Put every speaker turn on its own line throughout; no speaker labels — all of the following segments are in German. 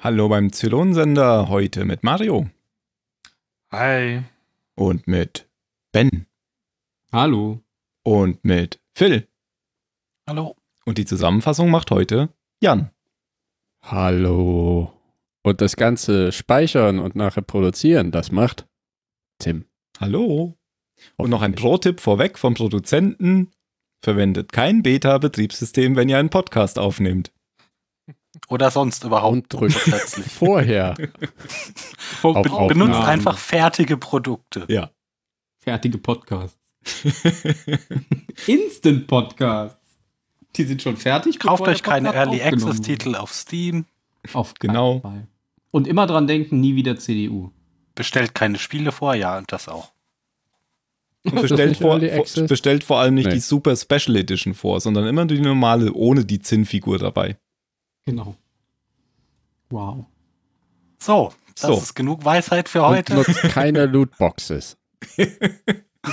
Hallo beim Zylonsender, heute mit Mario
Hi.
und mit Ben
Hallo.
und mit Phil.
Hallo.
Und die Zusammenfassung macht heute Jan.
Hallo. Und das Ganze speichern und nachher produzieren, das macht Tim.
Hallo. Und noch ein Pro-Tipp vorweg vom Produzenten. Verwendet kein Beta-Betriebssystem, wenn ihr einen Podcast aufnehmt.
Oder sonst überhaupt
Und drückt
grundsätzlich.
vorher. Auf
Be benutzt
Aufnahmen.
einfach fertige Produkte.
Ja.
Fertige Podcasts. Instant Podcasts. Die sind schon fertig. bevor
Kauft
der
euch keine
Podcast
Early
aufgenommen
Access Titel auf Steam,
wird. Auf
Genau.
genau.
Ah.
Fall. Und immer dran denken, nie wieder CDU.
bestellt keine Spiele vor, ja, und das auch.
Und bestellt,
nicht
vor,
Early
vor-
Access?
bestellt vor allem nicht
Nee.
die Super Special Edition vor, sondern immer die normale ohne die Zinnfigur dabei.
Genau. Wow.
So, das
So.
ist genug Weisheit für
und
heute.
nutzt keine Lootboxes,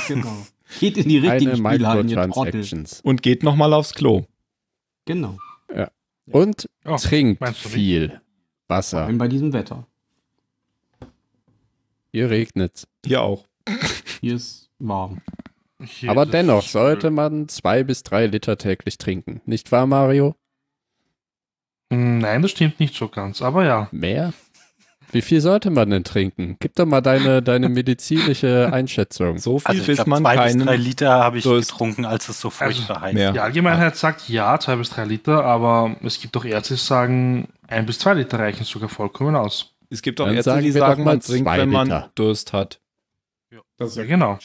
Genau. Geht in die
keine
richtigen Spiele an, ihr Trottel.
Microtransactions.
Und geht nochmal aufs Klo.
Genau.
Und
Oh,
trinkt
meinst du nicht?
viel
Vor
Wasser.
allem bei diesem Wetter.
Hier regnet's.
Hier auch.
Hier ist warm.
Hier
Aber
ist es
dennoch
schön.
sollte man zwei bis drei Liter täglich trinken. Nicht wahr, Mario?
Hm, Nein, das stimmt nicht so ganz. Aber ja,
Mehr? Wie viel sollte man denn trinken? Gib doch mal deine, deine medizinische Einschätzung.
So viel,
Also ich
bis
glaube,
man
zwei bis drei
keinen
Liter habe ich
Durst
getrunken, als es so furchtbar heiß
mehr
war.
die Allgemeinheit sagt ja, zwei bis drei Liter, aber es gibt auch Ärzte, die sagen, ein bis zwei Liter reichen sogar vollkommen aus.
Es gibt auch
Dann
Ärzte,
sagen
die
wir doch
sagen,
mal
man trinkt,
zwei
wenn man
Liter.
Durst hat.
Das
Ja, genau.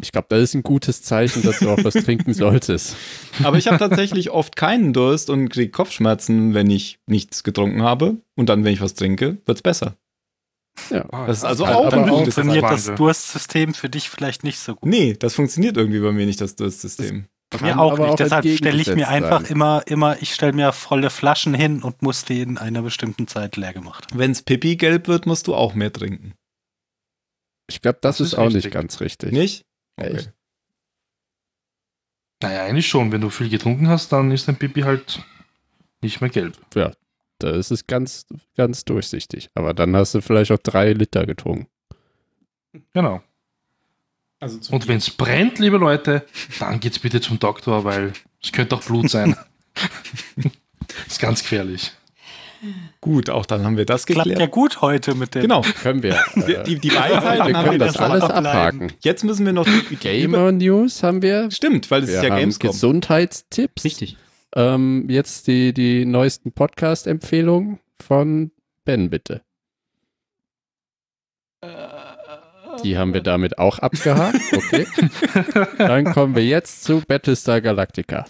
Ich glaube, das ist ein gutes Zeichen, dass du auch was trinken solltest.
Aber ich habe tatsächlich oft keinen Durst und kriege Kopfschmerzen, wenn ich nichts getrunken habe. Und dann, wenn ich was trinke, wird's besser. Das ist also
Aber-
auch
ein
aber
gutes
Trainiert das
Wahnsinn.
Durstsystem für dich vielleicht nicht so gut.
Nee, das funktioniert irgendwie bei mir nicht, das Durstsystem.
Bei
kann
mir auch
aber
nicht.
auch
Deshalb stelle ich mir
entgegengesetzt
einfach
sein.
immer, immer, ich stelle mir volle Flaschen hin und muss die in einer bestimmten Zeit leer gemacht haben.
Wenn's Pipi gelb wird, musst du auch mehr trinken.
Ich glaube, das,
Das
ist
ist
auch nicht
richtig.
ganz richtig.
Nicht?
Echt?
Naja, eigentlich schon. Wenn du viel getrunken hast, dann ist dein Pipi halt nicht mehr gelb.
Ja, da ist es ganz, ganz durchsichtig. Aber dann hast du vielleicht auch drei Liter getrunken.
Genau.
Also zu
Und wenn es brennt, liebe Leute, dann geht's bitte zum Doktor, weil es könnte auch Blut sein. ist ganz gefährlich.
Gut, auch dann haben wir das
Klappt ja
geklärt.
gut heute mit dem.
Genau.
Können wir.
Wir-
Äh,
Die, die Weisheiten
wir
haben wir
können das
dann
alles
schon ableiten.
abhaken.
Jetzt müssen wir noch die, die über-
Gamer News haben wir.
Stimmt, weil es
Wir
ist ja
haben
Gamescom.
Gesundheitstipps.
Richtig.
Ähm, jetzt die, die neuesten Podcast-Empfehlungen von Ben, bitte. Die haben wir damit auch abgehakt. Okay. Dann kommen wir jetzt zu Battlestar Galactica.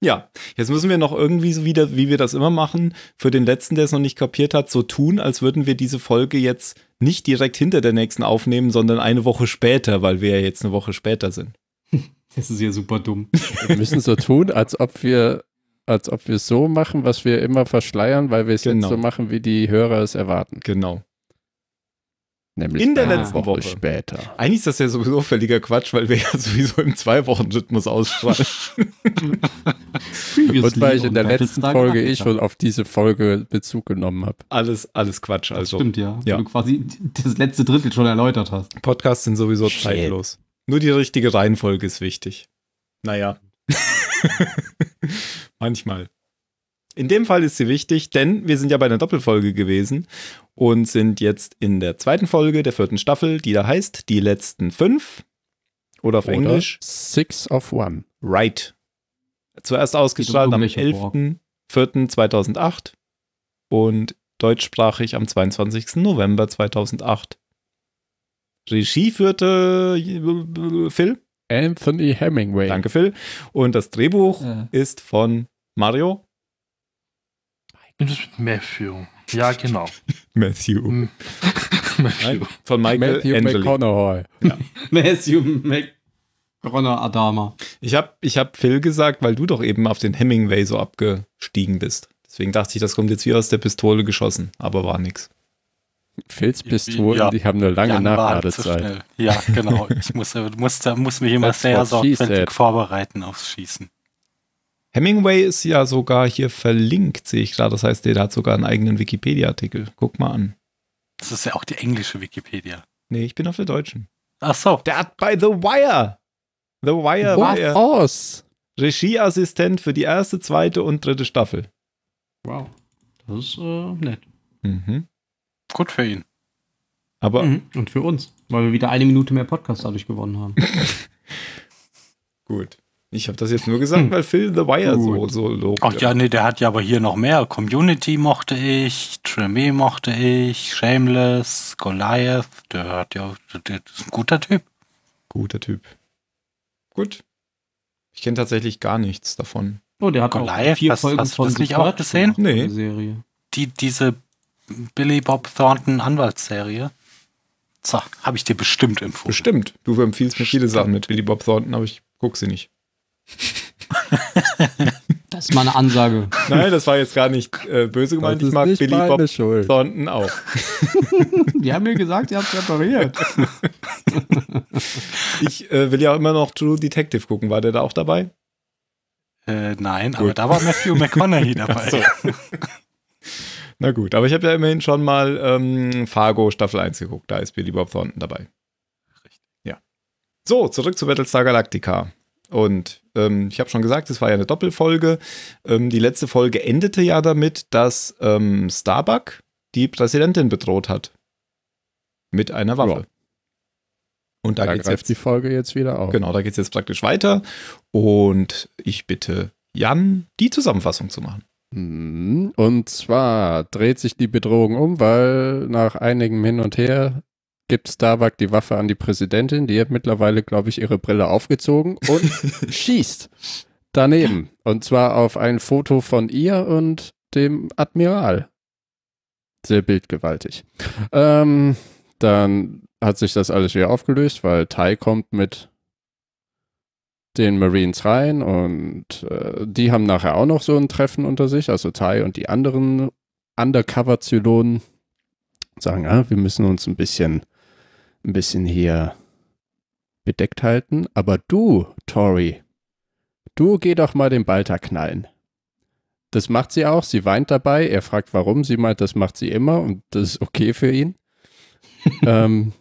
Ja, jetzt müssen wir noch irgendwie so wieder, wie wir das immer machen, für den letzten, der es noch nicht kapiert hat, so tun, als würden wir diese Folge jetzt nicht direkt hinter der nächsten aufnehmen, sondern eine Woche später, weil wir ja jetzt eine Woche später sind.
Das ist ja super dumm.
Wir müssen so tun, als ob wir als ob wir so machen, was wir immer verschleiern, weil wir es
Genau.
jetzt so machen, wie die Hörer es erwarten.
Genau.
Nämlich
In der
eine
letzten Woche.
später.
Eigentlich ist das ja sowieso völliger Quatsch, weil wir ja sowieso im Zwei-Wochen-Rhythmus ausstrahlen.
Und weil ich
um
in der letzten Folge eh schon auf diese Folge Bezug genommen habe.
Alles, alles Quatsch. Also
Stimmt, ja.
Ja.
Wenn du quasi das letzte Drittel schon erläutert hast.
Podcasts sind sowieso
Shit.
zeitlos. Nur die richtige Reihenfolge ist wichtig. Naja. Manchmal. In dem Fall ist sie wichtig, denn wir sind ja bei einer Doppelfolge gewesen und sind jetzt in der zweiten Folge der vierten Staffel, die da heißt Die letzten fünf oder auf
Oder
Englisch
Six of One.
Right. Zuerst ausgestrahlt
Geht um
am
irgendwelche Borg.
11.04.2008 und deutschsprachig am 22. November 2008. Regie führte äh, Phil.
Anthony Hemingway.
Danke, Phil. Und das Drehbuch
Äh.
ist von Mario
Nimm das mit Matthew. Ja, genau.
Matthew.
Hm. Matthew.
Nein, von Michael
Matthew
Angeli.
McConaughey.
Matthew McConaughey Adama.
Ich habe ich hab Phil gesagt, weil du doch eben auf den Hemingway so abgestiegen bist. Deswegen dachte ich, das kommt jetzt wie aus der Pistole geschossen, aber war nix.
Phils Pistolen,
Ja.
die haben eine lange
Jan war zu
Nachladezeit.
schnell. Ja, genau. Ich muss, muss, muss mich immer
That's
sehr
what she
sorgfältig
said.
vorbereiten aufs Schießen.
Hemingway ist ja sogar hier verlinkt, sehe ich gerade. Das heißt, der hat sogar einen eigenen Wikipedia-Artikel. Guck mal an.
Das ist ja auch die englische Wikipedia.
Nee, ich bin auf der deutschen.
Ach so.
Der hat bei The Wire. The Wire war
Was
er
aus?
Regieassistent für die erste, zweite und dritte Staffel.
Wow. Das ist äh, nett.
Mhm.
Gut für ihn.
Aber
Mhm. Und für uns, weil wir wieder eine Minute mehr Podcast dadurch gewonnen haben.
gut. Ich habe das jetzt nur gesagt, weil Phil The Wire
Gut.
so, so lobt.
Ach ja, nee, der hat ja aber hier noch mehr. Community mochte ich, Tremé mochte ich, Shameless, Goliath. Der hat ja, der ist ein guter Typ.
Guter Typ. Gut. Ich kenne tatsächlich gar nichts davon.
Oh, der hat auch
Goliath,
vier
hast-
Folgen
hast du
von
das
The
nicht auch
Purge
gesehen?
gemacht,
Nee.
die Serie.
Die, diese Billy Bob Thornton Anwaltsserie. So, habe ich dir bestimmt empfohlen.
Bestimmt. Du empfiehlst mir viele
Stimmt.
Sachen mit Billy Bob Thornton, aber ich guck sie nicht.
Das ist mal eine Ansage.
Nein, das war jetzt gar nicht äh, böse gemeint.
das
Ich
ist
mag
nicht
Billy
meine
Bob
Schuld.
Thornton auch.
die haben mir gesagt, ihr habt repariert.
Ich äh, will ja immer noch True Detective gucken. War der da auch dabei?
Äh, nein, aber da war Matthew McConaughey dabei.
Na gut, aber ich habe ja immerhin schon mal ähm, Fargo Staffel 1 geguckt. Da ist Billy Bob Thornton dabei.
Richtig.
Ja. So, zurück zu Battlestar Galactica. Und ähm, ich habe schon gesagt, es war ja eine Doppelfolge. Ähm, die letzte Folge endete ja damit, dass ähm, Starbuck die Präsidentin bedroht hat. Mit einer Waffe.
Ja.
Und da,
Da
geht's
greift
jetzt
die Folge jetzt wieder auf.
Genau, da geht es jetzt praktisch weiter. Und ich bitte Jan, die Zusammenfassung zu machen.
Mhm. Und zwar dreht sich die Bedrohung um, weil nach einigem Hin und Her gibt Starbuck die Waffe an die Präsidentin. Die hat mittlerweile, glaube ich, ihre Brille aufgezogen und schießt daneben. Und zwar auf ein Foto von ihr und dem Admiral. Sehr bildgewaltig. Ähm, dann hat sich das alles wieder aufgelöst, weil Tai kommt mit den Marines rein und äh, die haben nachher auch noch so ein Treffen unter sich, also Tai und die anderen Undercover-Zylonen sagen, ah, wir müssen uns ein bisschen, ein bisschen hier bedeckt halten. Aber du, Tori, du geh doch mal den Balter knallen. Das macht sie auch, sie weint dabei, er fragt warum, sie meint, das macht sie immer und das ist okay für ihn. ähm,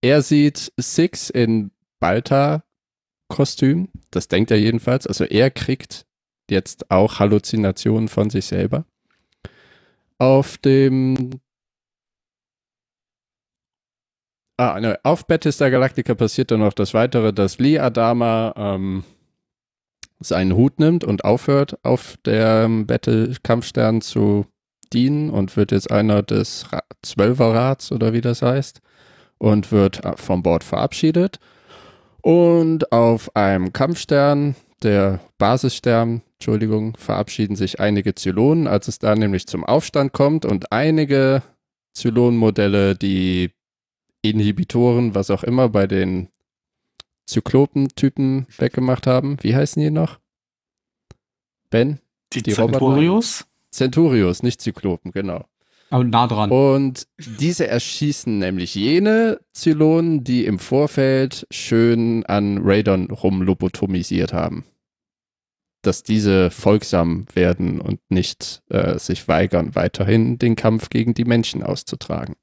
er sieht Six in Balta Kostüm. Das denkt er jedenfalls. Also er kriegt jetzt auch Halluzinationen von sich selber. Auf dem. Ah, ne, auf Battlestar Galactica passiert dann noch das Weitere, dass Lee Adama ähm, seinen Hut nimmt und aufhört, auf dem Battle-Kampfstern zu dienen und wird jetzt einer des Ra- Zwölferrats oder wie das heißt und wird äh, vom Bord verabschiedet. Und auf einem Kampfstern, der Basisstern, Entschuldigung, verabschieden sich einige Zylonen, als es da nämlich zum Aufstand kommt und einige Zylonenmodelle, die Inhibitoren, was auch immer, bei den Zyklopentypen weggemacht haben. Wie heißen die noch? Ben?
Die,
Die
Zenturios.
Centurios, nicht Zyklopen, genau.
Aber nah dran.
Oh.
Und diese erschießen nämlich jene Zylonen, die im Vorfeld schön an Radon rumlobotomisiert haben. Dass diese folgsam werden und nicht äh, sich weigern, weiterhin den Kampf gegen die Menschen auszutragen.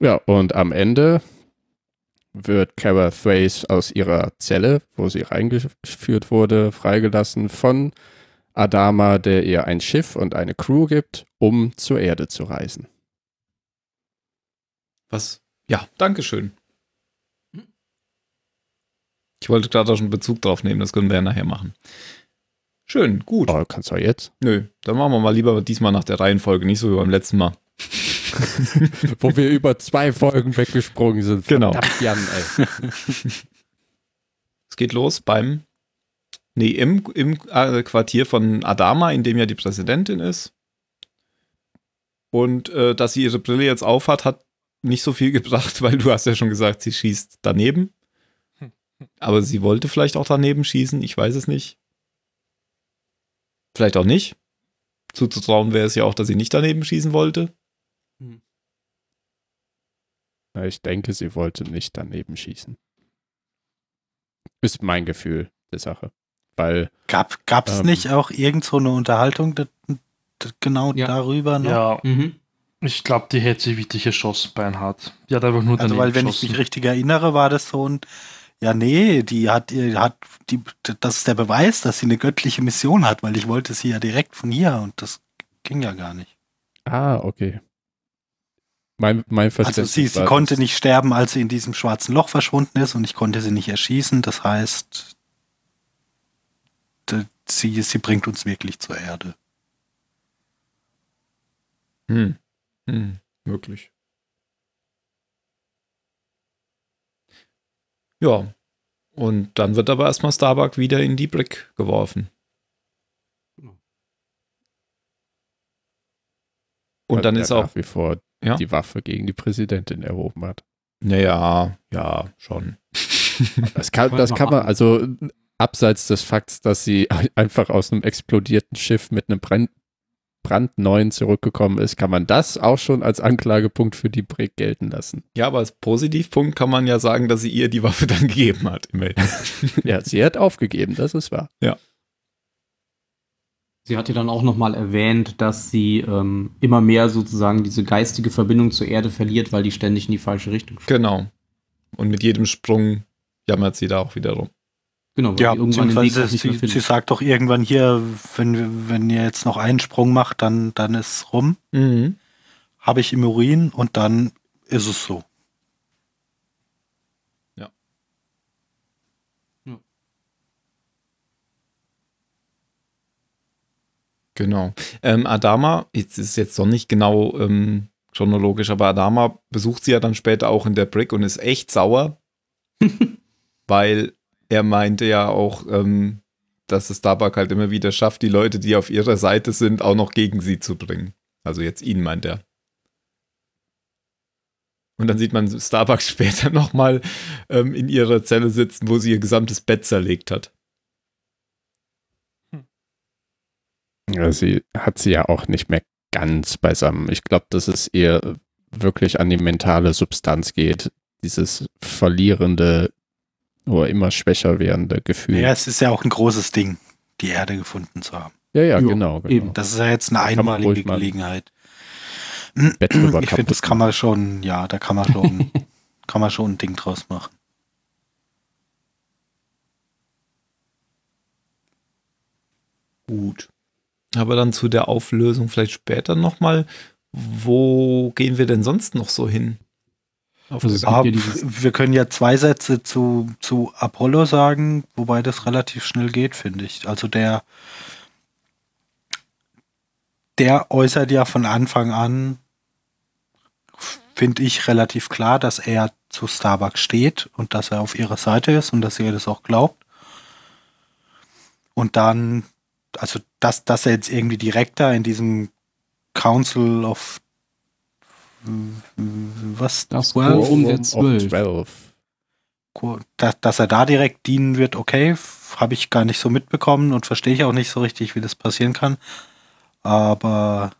Ja, und am Ende wird Cara Thrace aus ihrer Zelle, wo sie reingeführt wurde, freigelassen von Adama, der ihr ein Schiff und eine Crew gibt, um zur Erde zu reisen.
Was? Ja, Dankeschön. Ich wollte gerade schon Bezug drauf nehmen, das können wir ja nachher machen. Schön, gut.
Oh, kannst du auch jetzt?
Nö, dann machen wir mal lieber diesmal nach der Reihenfolge, nicht so wie beim letzten Mal.
Wo wir über zwei Folgen weggesprungen sind.
Genau.
Verdammt, Jan, ey.
Es geht los beim, nee, im, im äh, Quartier von Adama, in dem ja die Präsidentin ist. Und äh, dass sie ihre Brille jetzt aufhat, hat nicht so viel gebracht, weil du hast ja schon gesagt, sie schießt daneben. Aber sie wollte vielleicht auch daneben schießen, ich weiß es nicht. Vielleicht auch nicht. Zuzutrauen wäre es ja auch, dass sie nicht daneben schießen wollte.
Na, Ich denke, sie wollte nicht daneben schießen. Ist mein Gefühl. der Sache. Weil
Gab gab's
Ähm.
nicht auch irgend so eine Unterhaltung da, da, genau
Ja.
darüber? Ne?
Ja,
Mhm.
ich glaube, die hätte sich richtig erschossen, Beinhardt. Die hat einfach nur
Also
daneben
weil wenn ich
geschossen.
mich richtig erinnere, war das so ein ja, nee, die hat, die hat, die, das ist der Beweis, dass sie eine göttliche Mission hat, weil ich wollte sie ja direkt von hier und das ging ja gar nicht.
Ah, okay. Mein, mein
Also
Verständnis
sie, sie
war,
konnte
dass-
nicht sterben, als sie in diesem schwarzen Loch verschwunden ist und ich konnte sie nicht erschießen. Das heißt, d- sie, sie bringt uns wirklich zur Erde.
Hm. Hm. Möglich. Ja. Und dann wird aber erstmal Starbuck wieder in die Brick geworfen. Genau. Und dann
der
ist auch,
nach wie vor
Ja.
die Waffe gegen die Präsidentin erhoben hat.
naja, ja, schon.
Das kann, das kann man, also abseits des Fakts, dass sie einfach aus einem explodierten Schiff mit einem Brand, brandneuen zurückgekommen ist, kann man das auch schon als Anklagepunkt für die Brick gelten lassen.
Ja, aber als Positivpunkt kann man ja sagen, dass sie ihr die Waffe dann gegeben hat. Immerhin.
Ja, sie hat aufgegeben, das ist wahr.
Sie hat ja dann auch nochmal erwähnt, dass sie ähm, immer mehr sozusagen diese geistige Verbindung zur Erde verliert, weil die ständig in die falsche Richtung schwimmt.
Genau. Und mit jedem Sprung jammert sie da auch wieder rum.
Genau, weil sie irgendwann den Weg
beziehungsweise
auch nicht mehr
sie, sie
findet.
sagt doch irgendwann hier, wenn, wir- wenn ihr jetzt noch einen Sprung macht, dann, dann ist rum,
Mhm.
habe ich im Urin und dann ist es so.
Genau. Ähm, Adama, jetzt ist es jetzt noch nicht genau ähm, chronologisch, aber Adama besucht sie ja dann später auch in der Brick und ist echt sauer, weil er meinte ja auch, ähm, dass es Starbuck halt immer wieder schafft, die Leute, die auf ihrer Seite sind, auch noch gegen sie zu bringen. Also jetzt ihn meint er. Und dann sieht man Starbucks später nochmal ähm, in ihrer Zelle sitzen, wo sie ihr gesamtes Bett zerlegt hat.
Ja, sie hat sie ja auch nicht mehr ganz beisammen. Ich glaube, dass es ihr wirklich an die mentale Substanz geht. Dieses verlierende oder immer schwächer werdende Gefühl.
Ja, es ist ja auch ein großes Ding, die Erde gefunden zu haben.
ja, ja,
Ja,
genau. genau.
eben.
Das ist ja jetzt eine
Kann man
einmalige
ruhig mal-
Gelegenheit.
Bett drüber
Ich finde, das kann man schon, ja, da kann man schon, kann man schon ein Ding draus machen.
Gut. Aber dann zu der Auflösung vielleicht später nochmal. Wo gehen wir denn sonst noch so hin? Auf
Also es
der-
gibt
Ah,
ja dieses-
pf, wir können ja zwei Sätze zu, zu Apollo sagen, wobei das relativ schnell geht, finde ich. Also der, der äußert ja von Anfang an, finde ich, relativ klar, dass er zu Starbucks steht und dass er auf ihrer Seite ist und dass sie ihr das auch glaubt. Und dann, also dass, dass er jetzt irgendwie direkter in diesem Council of was
Das Quorum der Zwölf.
12.
Cool. dass, dass er da direkt dienen wird, okay, habe ich gar nicht so mitbekommen und verstehe ich auch nicht so richtig, wie das passieren kann. Aber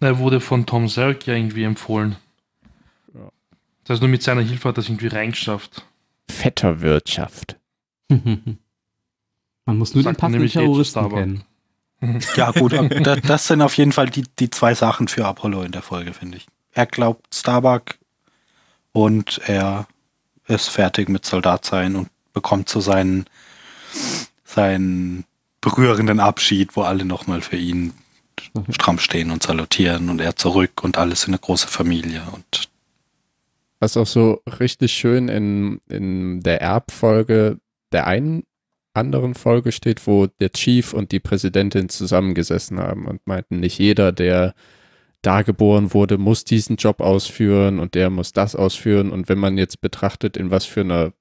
Er wurde von Tom Selleck ja irgendwie empfohlen.
Ja.
Das heißt, nur mit seiner Hilfe hat er es irgendwie reingeschafft.
Fetter Wirtschaft.
Man muss nur
Sagt
den passenden
nämlich eh zu
Terroristen
Starbuck.
kennen.
ja, gut, da, das sind auf jeden Fall die, die zwei Sachen für Apollo in der Folge, finde ich. Er glaubt Starbuck und er ist fertig mit Soldat sein und bekommt so seinen, seinen berührenden Abschied, wo alle nochmal für ihn stramm stehen und salutieren und er zurück und alles in eine große Familie und
Was auch so richtig schön in, in der Erbfolge der einen anderen Folge steht, wo der Chief und die Präsidentin zusammengesessen haben und meinten, nicht jeder, der da geboren wurde, muss diesen Job ausführen und der muss das ausführen. Und wenn man jetzt betrachtet, in was für einer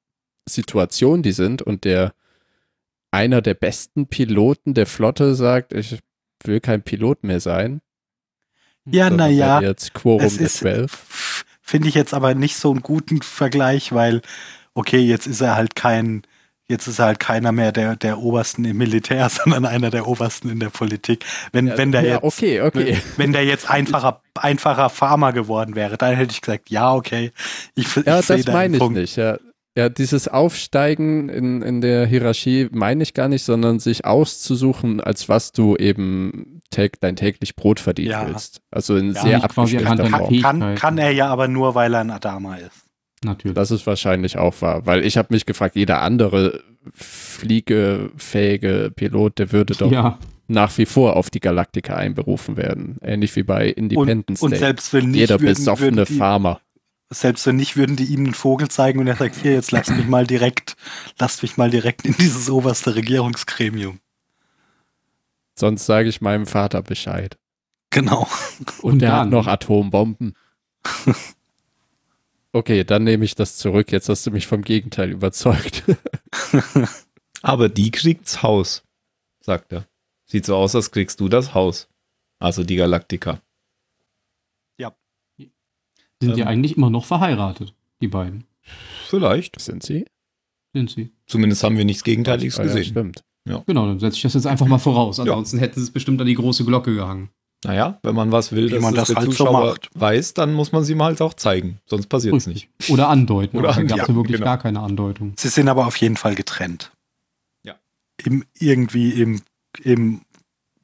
Situation die sind und der einer der besten Piloten der Flotte sagt, ich will kein Pilot mehr sein.
Ja,
sondern
naja,
werde jetzt Quorum
es
der
ist,
12.
f- finde ich jetzt aber nicht so einen guten Vergleich, weil, okay, jetzt ist er halt kein, jetzt ist er halt keiner mehr der, der Obersten im Militär, sondern einer der Obersten in der Politik. Wenn, wenn der
ja,
jetzt, ne,
okay, okay.
wenn der jetzt einfacher, einfacher Farmer geworden wäre, dann hätte ich gesagt, ja, okay, ich, f-
Ja,
ich seh
das
deinen
meine ich
Punkt.
nicht. Ja. Ja, dieses Aufsteigen in, in der Hierarchie meine ich gar nicht, sondern sich auszusuchen, als was du eben täg, dein täglich Brot verdienen
Ja.
willst. Also in
Ja,
sehr
nicht quasi
abgespeckter
anhand deiner
Form.
Kann,
Fähigkeiten.
kann er ja aber nur, weil er ein Adama ist.
Natürlich.
Das ist wahrscheinlich auch wahr, weil ich habe mich gefragt, jeder andere fliegefähige Pilot, der würde doch
ja,
nach wie vor auf die Galaktika einberufen werden. Ähnlich wie bei Independence
Und, und
Day.
selbst wenn nicht,
jeder
würden,
besoffene
würden die,
Farmer.
selbst wenn nicht, würden die ihm einen Vogel zeigen und er sagt, hier, jetzt lasst mich mal direkt, lasst mich mal direkt in dieses oberste Regierungsgremium.
Sonst sage ich meinem Vater Bescheid.
Genau.
Und der hat
dann?
noch Atombomben. Okay, dann nehme ich das zurück. Jetzt hast du mich vom Gegenteil überzeugt.
Aber die kriegt's Haus, sagt er. Sieht so aus, als kriegst du das Haus. Also die Galaktika.
sind die
Ähm.
eigentlich immer noch verheiratet, die beiden.
Vielleicht.
Sind sie?
Sind sie.
Zumindest haben wir nichts Gegenteiliges
Ah, ja,
gesehen.
stimmt.
Genau, dann setze ich das jetzt einfach mal voraus. Ansonsten hätten sie es bestimmt an die große Glocke gehangen.
Naja, wenn man was will,
Wie
dass
man
das der
das halt so
Zuschauer
macht.
weiß, dann muss man sie ihm halt auch zeigen. Sonst passiert's nicht.
Richtig. Oder andeuten.
Oder
Oder dann gab es
andeuten,
ja wirklich
genau.
gar keine Andeutung.
Sie sind aber auf jeden Fall getrennt.
Ja.
Im, irgendwie im, im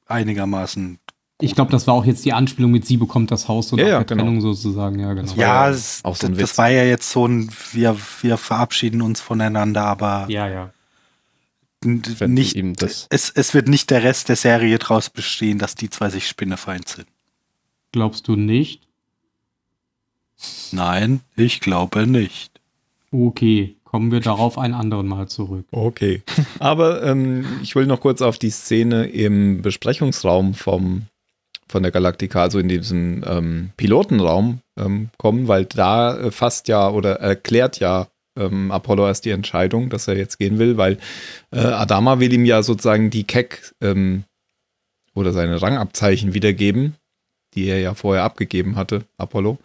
einigermaßen.
Ich glaube, das war auch jetzt die Anspielung mit sie bekommt das Haus und
Ja,
auch
ja,
der
genau.
Trennung sozusagen. Ja, genau.
Das war
Ja,
ja
es,
auch so ein
das,
Witz.
das war ja jetzt so ein, wir, wir verabschieden uns voneinander, aber
ja, ja.
n-
Wenn
nicht,
ihm das-
es, es wird nicht der Rest der Serie draus bestehen, dass die zwei sich spinnefeind sind.
Glaubst du nicht?
Nein, ich glaube nicht.
Okay, kommen wir darauf ein anderen Mal zurück.
Okay. Aber ähm, ich will noch kurz auf die Szene im Besprechungsraum vom, von der Galaktika, also in diesem ähm, Pilotenraum ähm, kommen, weil da äh, fasst ja oder erklärt ja ähm, Apollo erst die Entscheidung, dass er jetzt gehen will, weil äh, Adama will ihm ja sozusagen die Keck ähm, oder seine Rangabzeichen wiedergeben, die er ja vorher abgegeben hatte, Apollo.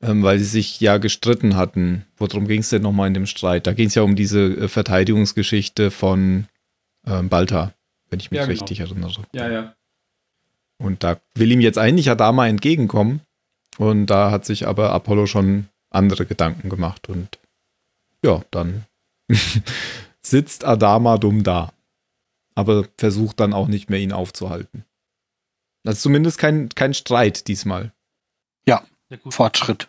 Ähm, weil sie sich ja gestritten hatten. Worum ging es denn nochmal in dem Streit? Da ging es ja um diese äh, Verteidigungsgeschichte von ähm, Balta, wenn ich mich
Ja, genau.
richtig erinnere.
Ja, ja.
Und da will ihm jetzt eigentlich Adama entgegenkommen. Und da hat sich aber Apollo schon andere Gedanken gemacht. Und ja, dann sitzt Adama dumm da. Aber versucht dann auch nicht mehr, ihn aufzuhalten. Das ist zumindest kein, kein Streit diesmal.
Ja, gut.
Fortschritt.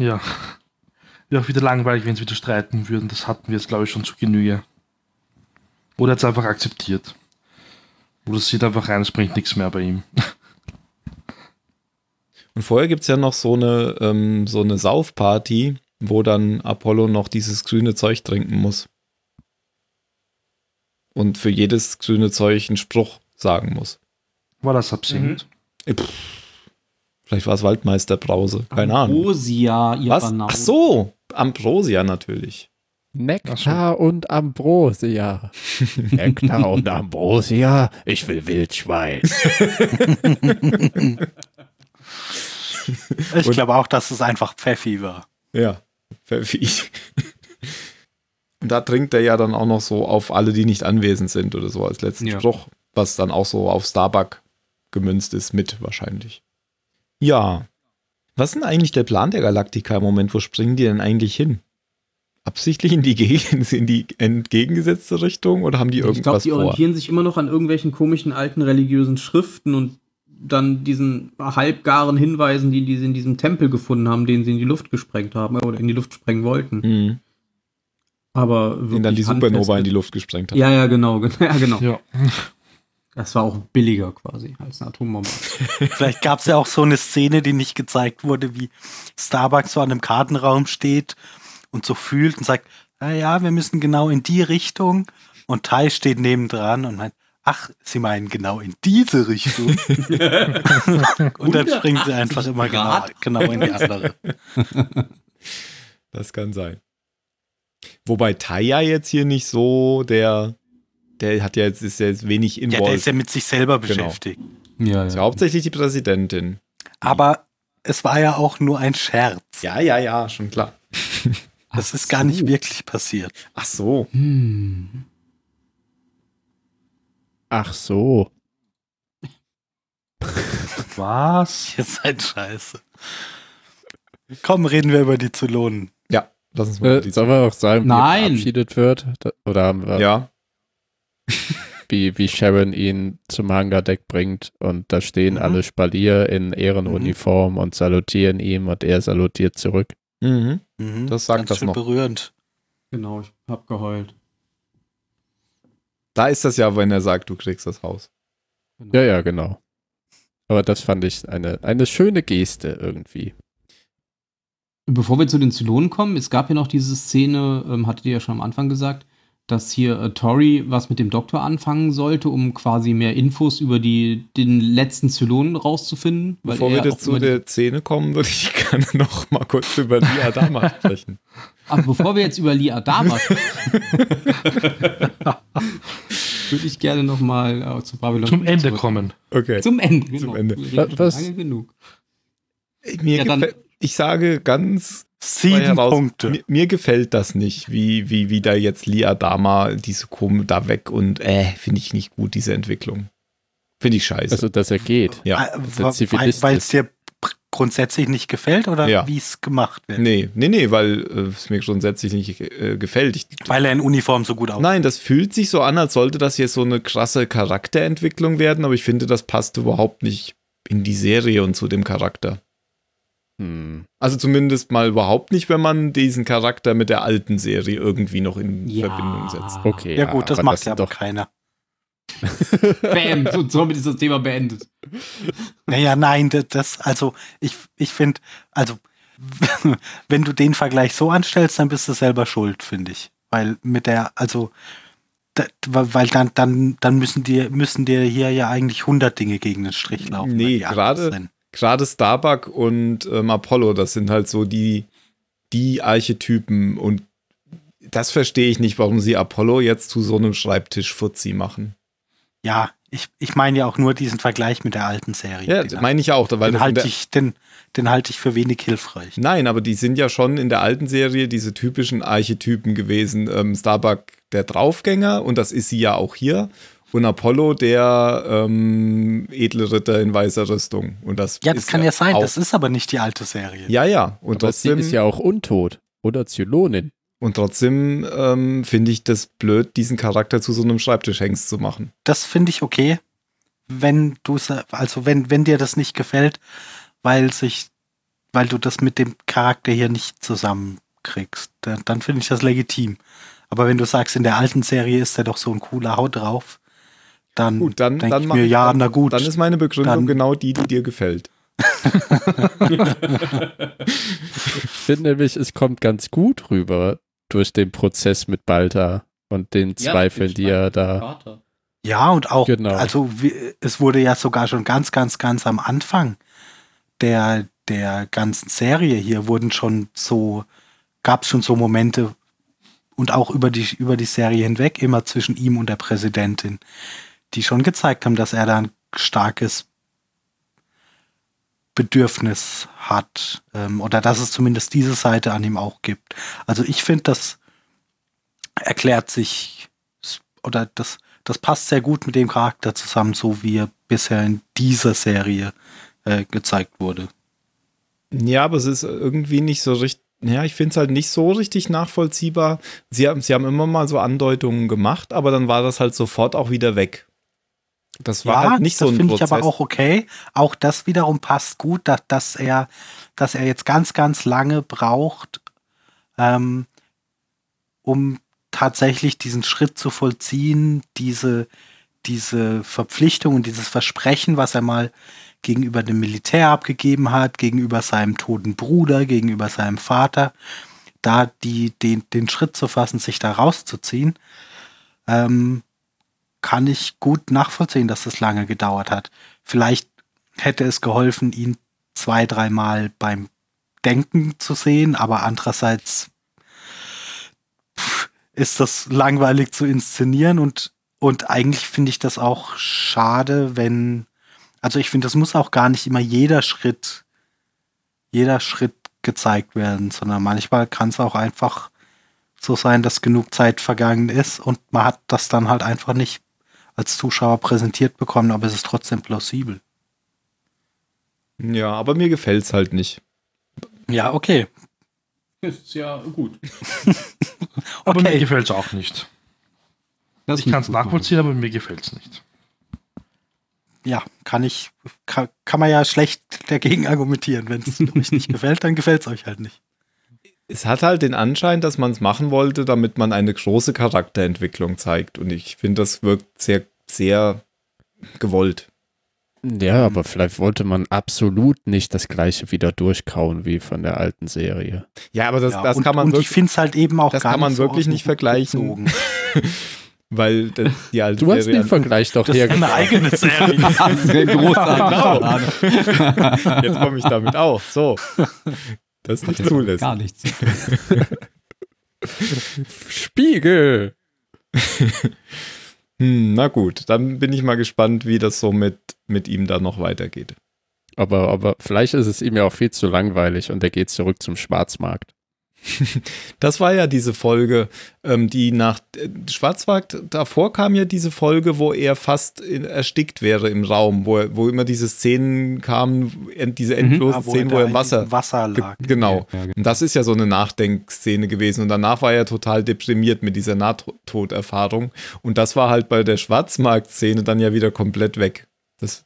Ja. Wäre auch wieder langweilig, wenn sie wieder streiten würden. Das hatten wir jetzt, glaube ich, schon zu Genüge. Oder hat es einfach akzeptiert. Oder sieht einfach rein, es bringt nichts mehr bei ihm.
Und vorher gibt es ja noch so eine, ähm, so eine Saufparty, wo dann Apollo noch dieses grüne Zeug trinken muss. Und für jedes grüne Zeug einen Spruch sagen muss.
War das absinkt?
Vielleicht war es Waldmeisterbrause, keine Ahnung.
Ambrosia, ihr
Was?
Banausen.
Ach so, Ambrosia natürlich.
Nektar und Ambrosia. Nektar und Ambrosia? Ich will Wildschwein.
Ich glaube auch, dass es einfach Pfeffi war.
Ja, Pfeffi. Und da trinkt er ja dann auch noch so auf alle, die nicht anwesend sind oder so als letzten
Ja.
Spruch, was dann auch so auf Starbuck gemünzt ist mit wahrscheinlich. Ja. Was ist denn eigentlich der Plan der Galaktika im Moment? Wo springen die denn eigentlich hin? Absichtlich in die, Gegen in die entgegengesetzte Richtung oder haben die
Ich glaube,
irgendwas
die
vor?
orientieren sich immer noch an irgendwelchen komischen alten religiösen Schriften und dann diesen halbgaren Hinweisen, die, die sie in diesem Tempel gefunden haben, den sie in die Luft gesprengt haben äh, oder in die Luft sprengen wollten.
Mhm.
Aber
Den
wirklich
dann die Supernova in die
handfeste-
Luft gesprengt hat.
Ja, ja, genau. genau- Ja, genau.
Ja.
Das war auch billiger quasi als eine Atombombe.
Vielleicht gab es ja auch so eine Szene, die nicht gezeigt wurde, wie Starbucks so an einem Kartenraum steht und so fühlt und sagt, na ja, wir müssen genau in die Richtung. Und Tai steht nebendran und meint, ach, sie meinen genau in diese Richtung. und dann springt sie einfach immer genau, genau in die andere.
Das kann sein. Wobei Taya jetzt hier nicht so der, der hat ja jetzt, ist ja jetzt wenig
Ja, der
involviert.
ist ja mit sich selber
Genau.
beschäftigt.
Ja,
ist ja hauptsächlich die Präsidentin.
Aber es war ja auch nur ein Scherz.
Ja, ja, ja, schon klar.
Das ist gar nicht wirklich passiert.
Ach so.
Hm.
Ach so.
Was?
Ihr seid scheiße. Komm, reden wir über die Zylonen.
Ja, Lass uns mal
Äh,
diese-
sollen wir noch sagen, wie
Nein.
er verabschiedet wird? Da- Oder haben wir,
Ja.
wie, wie Sharon ihn zum Hangardeck bringt und da stehen
Mhm.
alle Spalier in Ehrenuniform und salutieren ihm und er salutiert zurück.
Mhm.
Mhm.
Das sagt
Ganz
das
schön
noch.
berührend.
Genau, ich hab geheult.
Da ist das ja, wenn er sagt, du kriegst das Haus.
Genau.
Ja, ja, genau. Aber das fand ich eine, eine schöne Geste irgendwie.
Bevor wir zu den Zylonen kommen, es gab ja noch diese Szene, ähm, hattet ihr ja schon am Anfang gesagt, dass hier äh, Tori was mit dem Doktor anfangen sollte, um quasi mehr Infos über die, den letzten Zylonen rauszufinden. weil
Bevor
er
wir
ja auch
jetzt zu
immer die-
der Szene kommen, würde ich gerne noch mal kurz über die Adama sprechen.
Aber bevor wir jetzt über Lee Adama sprechen, würde ich gerne nochmal äh, zu Babylon
Zum Ende
zurück-
kommen.
Okay.
Zum Ende, genau.
Zum Ende.
Wir reden schon
Was-
Lange genug.
Mir
Ja, dann-
gefällt, ich sage ganz frei
Sieben
heraus,
Punkte.
Mir, mir gefällt das nicht, wie, wie, wie da jetzt Lia Dama diese Kom da weg und äh, finde ich nicht gut, diese Entwicklung. Finde ich scheiße.
Also, dass er geht.
ja,
Äh,
dass er Zivilist
Weil es
ist.
dir pr- grundsätzlich nicht gefällt oder
Ja.
wie es gemacht wird?
nee, nee, nee, weil äh, es mir grundsätzlich nicht äh, gefällt. Ich,
Weil er in Uniform so gut aussieht.
nein, das fühlt sich so an, als sollte das jetzt so eine krasse Charakterentwicklung werden, aber ich finde, das passt überhaupt nicht in die Serie und zu dem Charakter.
Hm.
Also zumindest mal überhaupt nicht, wenn man diesen Charakter mit der alten Serie irgendwie noch in Verbindung setzt.
Okay.
Ja, gut, das
aber
macht ja
sind
aber
doch
keiner.
Bam, so, somit ist das Thema beendet.
Naja, nein, das- das, also ich, ich finde, also wenn du den Vergleich so anstellst, dann bist du selber schuld, finde ich. Weil mit der, also da, weil dann, dann, dann müssen dir, müssen dir hier ja eigentlich 100 Dinge gegen den Strich laufen.
Nee,
weil die anders
gerade-
sind.
gerade Starbuck und ähm, Apollo, das sind halt so die, die Archetypen und das verstehe ich nicht, warum sie Apollo jetzt zu so einem Schreibtisch-Fuzzi machen.
Ja, ich, ich meine ja auch nur diesen Vergleich mit der alten Serie.
Ja,
den
meine ich auch. Weil das
den
in
halte
der,
ich, den, den halte ich für wenig hilfreich.
nein, aber die sind ja schon in der alten Serie diese typischen Archetypen gewesen. Ähm, Starbuck, der Draufgänger, und das ist sie ja auch hier. Und Apollo, der ähm, edle Ritter in weißer Rüstung. Und das
Ja, das
ist
kann ja sein.
auch-
Das ist aber nicht die alte Serie.
ja, ja. Und
Aber sie
trotzdem
ist ja auch untot oder Zylonin.
Und trotzdem ähm, finde ich das blöd, diesen Charakter zu so einem Schreibtischhengst zu machen.
Das finde ich okay, wenn du also wenn wenn dir das nicht gefällt, weil sich weil du das mit dem Charakter hier nicht zusammenkriegst, dann, dann finde ich das legitim. Aber wenn du sagst, in der alten Serie ist er doch so ein cooler Haut drauf, dann
Gut, dann,
denk
dann
ich
mach
mir, ja,
dann,
na gut.
Dann ist meine Begründung
Dann-
genau die, die dir gefällt.
Ich finde nämlich, es kommt ganz gut rüber durch den Prozess mit Balta und den Zweifeln, die er da.
Vater.
Ja, und auch,
Genau.
also wie, es wurde ja sogar schon ganz, ganz, ganz am Anfang der, der ganzen Serie hier wurden schon so, gab es schon so Momente und auch über die, über die Serie hinweg immer zwischen ihm und der Präsidentin, die schon gezeigt haben, dass er da ein starkes Bedürfnis hat ähm, oder dass es zumindest diese Seite an ihm auch gibt. Also ich finde, das erklärt sich oder das das passt sehr gut mit dem Charakter zusammen, so wie er bisher in dieser Serie äh, gezeigt wurde.
Ja, aber es ist irgendwie nicht so richtig. Ja, ich finde es halt nicht so richtig nachvollziehbar. Sie haben, sie haben immer mal so Andeutungen gemacht, aber dann war das halt sofort auch wieder weg. Das war halt nicht
das
so ein
finde
Prozess.
ich aber auch okay. Auch das wiederum passt gut, dass, dass er, dass er jetzt ganz, ganz lange braucht, ähm, um tatsächlich diesen Schritt zu vollziehen, diese, diese Verpflichtung und dieses Versprechen, was er mal gegenüber dem Militär abgegeben hat, gegenüber seinem toten Bruder, gegenüber seinem Vater, da die, den, den Schritt zu fassen, sich da rauszuziehen, ähm, kann ich gut nachvollziehen, dass das lange gedauert hat. Vielleicht hätte es geholfen, ihn zwei, dreimal beim Denken zu sehen, aber andererseits pff, ist das langweilig zu inszenieren und, und eigentlich finde ich das auch schade, wenn, also ich finde, das muss auch gar nicht immer jeder Schritt, jeder Schritt gezeigt werden, sondern manchmal kann es auch einfach so sein, dass genug Zeit vergangen ist und man hat das dann halt einfach nicht als Zuschauer präsentiert bekommen, aber es ist trotzdem plausibel.
ja, aber mir gefällt es halt nicht.
Ja, okay.
Ist ja gut.
Aber mir
Okay.
gefällt es auch nicht.
Das
Ich kann es
muss gut
nachvollziehen, aber mir gefällt es nicht.
Ja, kann ich, kann, kann man ja schlecht dagegen argumentieren. Wenn es euch nicht gefällt, dann gefällt es euch halt nicht.
Es hat halt den Anschein, dass man es machen wollte, damit man eine große Charakterentwicklung zeigt. Und ich finde, das wirkt sehr, sehr gewollt.
Ja, aber vielleicht wollte man absolut nicht das gleiche wieder durchkauen wie von der alten Serie.
Ja, aber das,
ja,
das
und,
kann man
und ich
wirklich,
finde es halt eben auch
das
gar
kann man
nicht so
wirklich
aus dem
nicht
Hut
vergleichen.
gezogen.
weil das, die alte
Du hast
Serie
den
an-
Vergleich doch
Das ist eine
hergebracht.
eigene Serie.
machen. Das ist eine
Genau.
großartige
Jetzt komme ich damit auch. So. Das ist nicht
Parade.
zulässig.
Gar nichts.
Spiegel!
Hm, na gut, dann bin ich mal gespannt, wie das so mit, mit ihm dann noch weitergeht.
Aber, aber vielleicht ist es ihm ja auch viel zu langweilig und er geht zurück zum Schwarzmarkt.
Das war ja diese Folge, ähm, die nach äh, Schwarzwald, davor kam ja diese Folge, wo er fast in, erstickt wäre im Raum, wo, er, wo immer diese Szenen kamen, en- diese endlosen
Ja,
Szenen,
Ah, da
wo er im
in
Wasser.
diesem Wasser
Ge-
lag.
Genau. Und das ist ja so eine Nachdenkszene gewesen. Und danach war er total deprimiert mit dieser Nahtoderfahrung. Und das war halt bei der Schwarzmarkt-Szene dann ja wieder komplett weg. Das,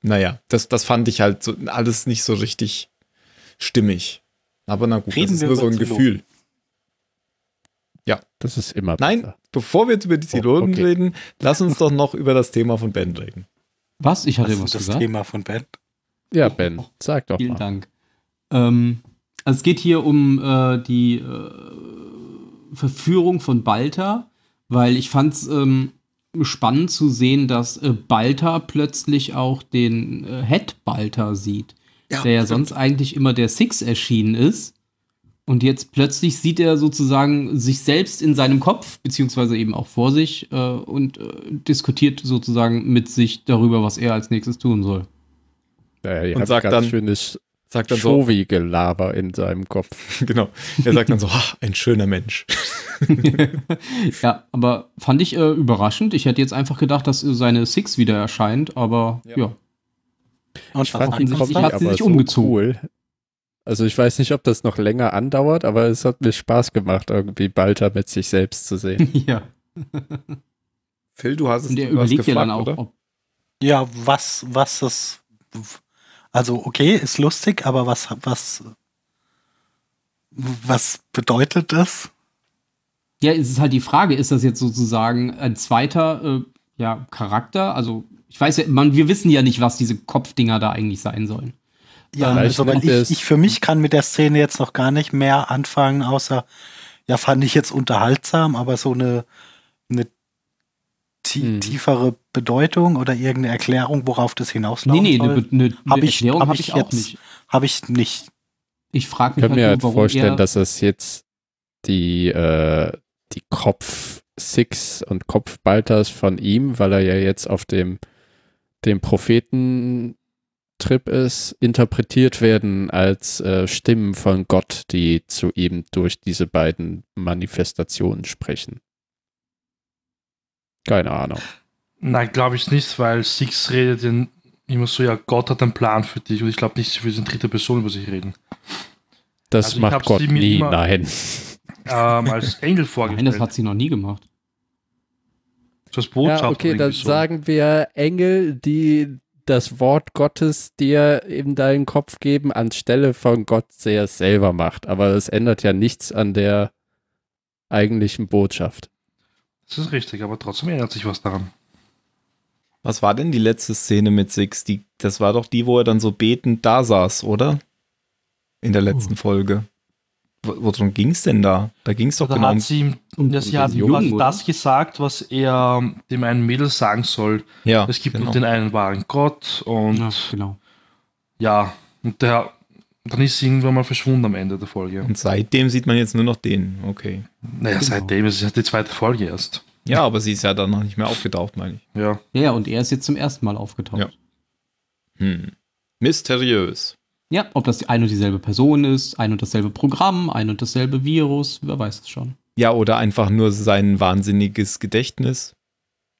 naja, das, das fand ich halt so, alles nicht so richtig stimmig. Aber na gut,
Reden
das ist
wir
nur so
über
ein
Zylonen.
Gefühl.
Das ist immer
Nein,
besser.
bevor wir jetzt über die Zilonen
okay.
reden, lass uns doch noch über das Thema von Ben reden.
Was? Ich
Das
hatte was
ist das
gesagt.
Thema von Ben.
Ja, Ben, sag doch
Oh. Vielen
mal.
Dank. Ähm, also es geht hier um äh, die äh, Verführung von Balta, weil ich fand es ähm, spannend zu sehen, dass äh, Balta plötzlich auch den äh, Head Balta sieht, der ja sonst eigentlich immer der Six erschienen ist. Und jetzt plötzlich sieht er sozusagen sich selbst in seinem Kopf, beziehungsweise eben auch vor sich, äh, und äh, diskutiert sozusagen mit sich darüber, was er als nächstes tun soll.
Ja, Äh, ihr
Und
habt
sag
ganz
dann-
schönes
Sagt dann so,
Chovi-Gelaber in seinem Kopf.
genau. Er sagt dann so, "Ha, ein schöner Mensch.
Ja, aber fand ich äh, überraschend. Ich hätte jetzt einfach gedacht, dass äh, seine Six wieder erscheint, aber ja.
Und
Ich
was
fand
anderes.
den Kopf
offensichtlich hat sie
aber
sich
so
umgezogen.
cool. Also ich weiß nicht, ob das noch länger andauert, aber es hat mir Spaß gemacht, irgendwie Balta mit sich selbst zu sehen.
ja.
Phil, du hast es
Und der
du hast
überlegt ja dann
gefragt,
auch, ob.
Ja, was, was das. Also, okay, ist lustig, aber was, was, was bedeutet das?
Ja, es ist halt die Frage, ist das jetzt sozusagen ein zweiter äh, ja, Charakter? Also, ich weiß ja, man, wir wissen ja nicht, was diese Kopfdinger da eigentlich sein sollen.
Ja,
Vielleicht
also, weil
macht
ich,
er's-
ich für mich kann mit der Szene jetzt noch gar nicht mehr anfangen, außer, ja, fand ich jetzt unterhaltsam, aber so eine, eine tie-
Mhm.
tiefere Bedeutung oder irgendeine Erklärung, worauf das
Nee,
hinauslaufen
nee,
soll,
eine, eine,
Hab
eine
ich-
Erklärung
hab
habe
ich
ich auch
jetzt-
nicht.
habe ich nicht.
Ich frage
Ich
mich
kann
halt
mir
nur,
halt
warum
vorstellen,
er,
dass das jetzt die, äh, die Kopf Six und Kopf Baltas von ihm, weil er ja jetzt auf dem, dem Prophetentrip ist, interpretiert werden als äh, Stimmen von Gott, die zu ihm durch diese beiden Manifestationen sprechen. Keine Ahnung.
Nein, glaube ich nicht, weil Six redet in, immer so, ja, Gott hat einen Plan für dich und ich glaube nicht, sie will in dritter Person über sich reden.
Das
Also ich
macht
hab's
Gott
ihm
nie,
immer-
nein.
Ähm, als Engel vorgestellt.
Nein, das hat sie noch nie gemacht.
das Botschaft
ja, okay, dann
so.
sagen wir Engel, die das Wort Gottes dir in deinen Kopf geben, anstelle von Gott, der es selber macht. Aber das ändert ja nichts an der eigentlichen Botschaft.
Das ist richtig, aber trotzdem ändert sich was daran.
Was war denn die letzte Szene mit Six? Die, das war doch die, wo er dann so betend da saß, oder? In der letzten Folge. Wo- Worum ging es denn da? Da ging es doch
Also
genau
Da
um.
Also hat sie ihm
Und
ja, sie hat,
Jungen,
hat
oder?
das gesagt, was er ähm, dem einen Mädel sagen soll.
Ja,
es gibt
genau.
nur den einen wahren Gott und
Ja,
ja,
genau.
und der, dann ist sie irgendwann mal verschwunden am Ende der Folge.
Und seitdem sieht man jetzt nur noch den. Okay.
Naja,
Genau.
seitdem ist es ja die zweite Folge erst.
Ja, aber sie ist ja dann noch nicht mehr aufgetaucht, meine ich.
Ja.
Ja, ja, und er ist jetzt zum ersten Mal aufgetaucht.
Ja. Hm. Mysteriös.
Ja, ob das die ein und dieselbe Person ist, ein und dasselbe Programm, ein und dasselbe Virus, wer weiß es schon.
Ja, oder einfach nur sein wahnsinniges Gedächtnis.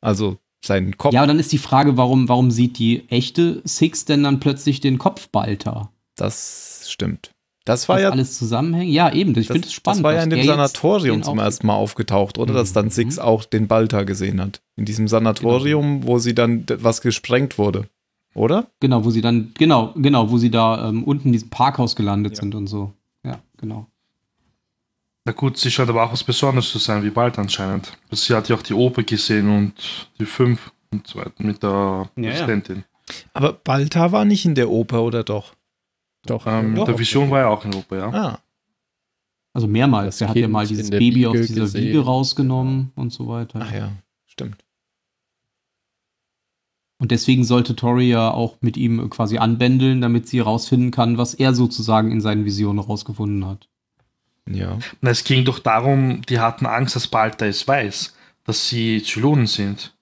Also sein Kopf.
Ja, aber dann ist die Frage, warum, warum sieht die echte Six denn dann plötzlich den Kopf Balta?
Das stimmt. Das war
was
ja
alles zusammenhängt. Ja, eben, ich finde es spannend.
Das war ja
dass
in
der
dem
jetzt
Sanatorium
den
zum
auch-
ersten Mal aufgetaucht, oder? Dass dann
Mhm.
Six auch den Balta gesehen hat. In diesem Sanatorium, wo sie dann d- was gesprengt wurde. Oder?
Genau, wo sie dann, genau, genau, wo sie da ähm, unten in diesem Parkhaus gelandet
Ja.
sind und so. Ja, genau.
Na gut, sie scheint aber auch was Besonderes zu sein, wie bald anscheinend. Also Sie hat ja auch die Oper gesehen und die fünf und so weiter mit der
Ja, ja.
Präsidentin.
Aber Balta war nicht in der Oper, oder doch?
Doch.
Ähm,
Doch,
der Vision war ja auch in Oper, ja.
Ah,
Also mehrmals.
Das
der hat ja
Kind
mal
in
dieses
der
Baby
Wiege
aus dieser
gesehen.
Wiege rausgenommen und so weiter.
ach ja, stimmt.
Und deswegen sollte Tori ja auch mit ihm quasi anbändeln, damit sie herausfinden kann, was er sozusagen in seinen Visionen herausgefunden hat.
Ja.
Na, es ging doch darum, die hatten Angst, dass Balta es weiß, dass sie Zylonen sind.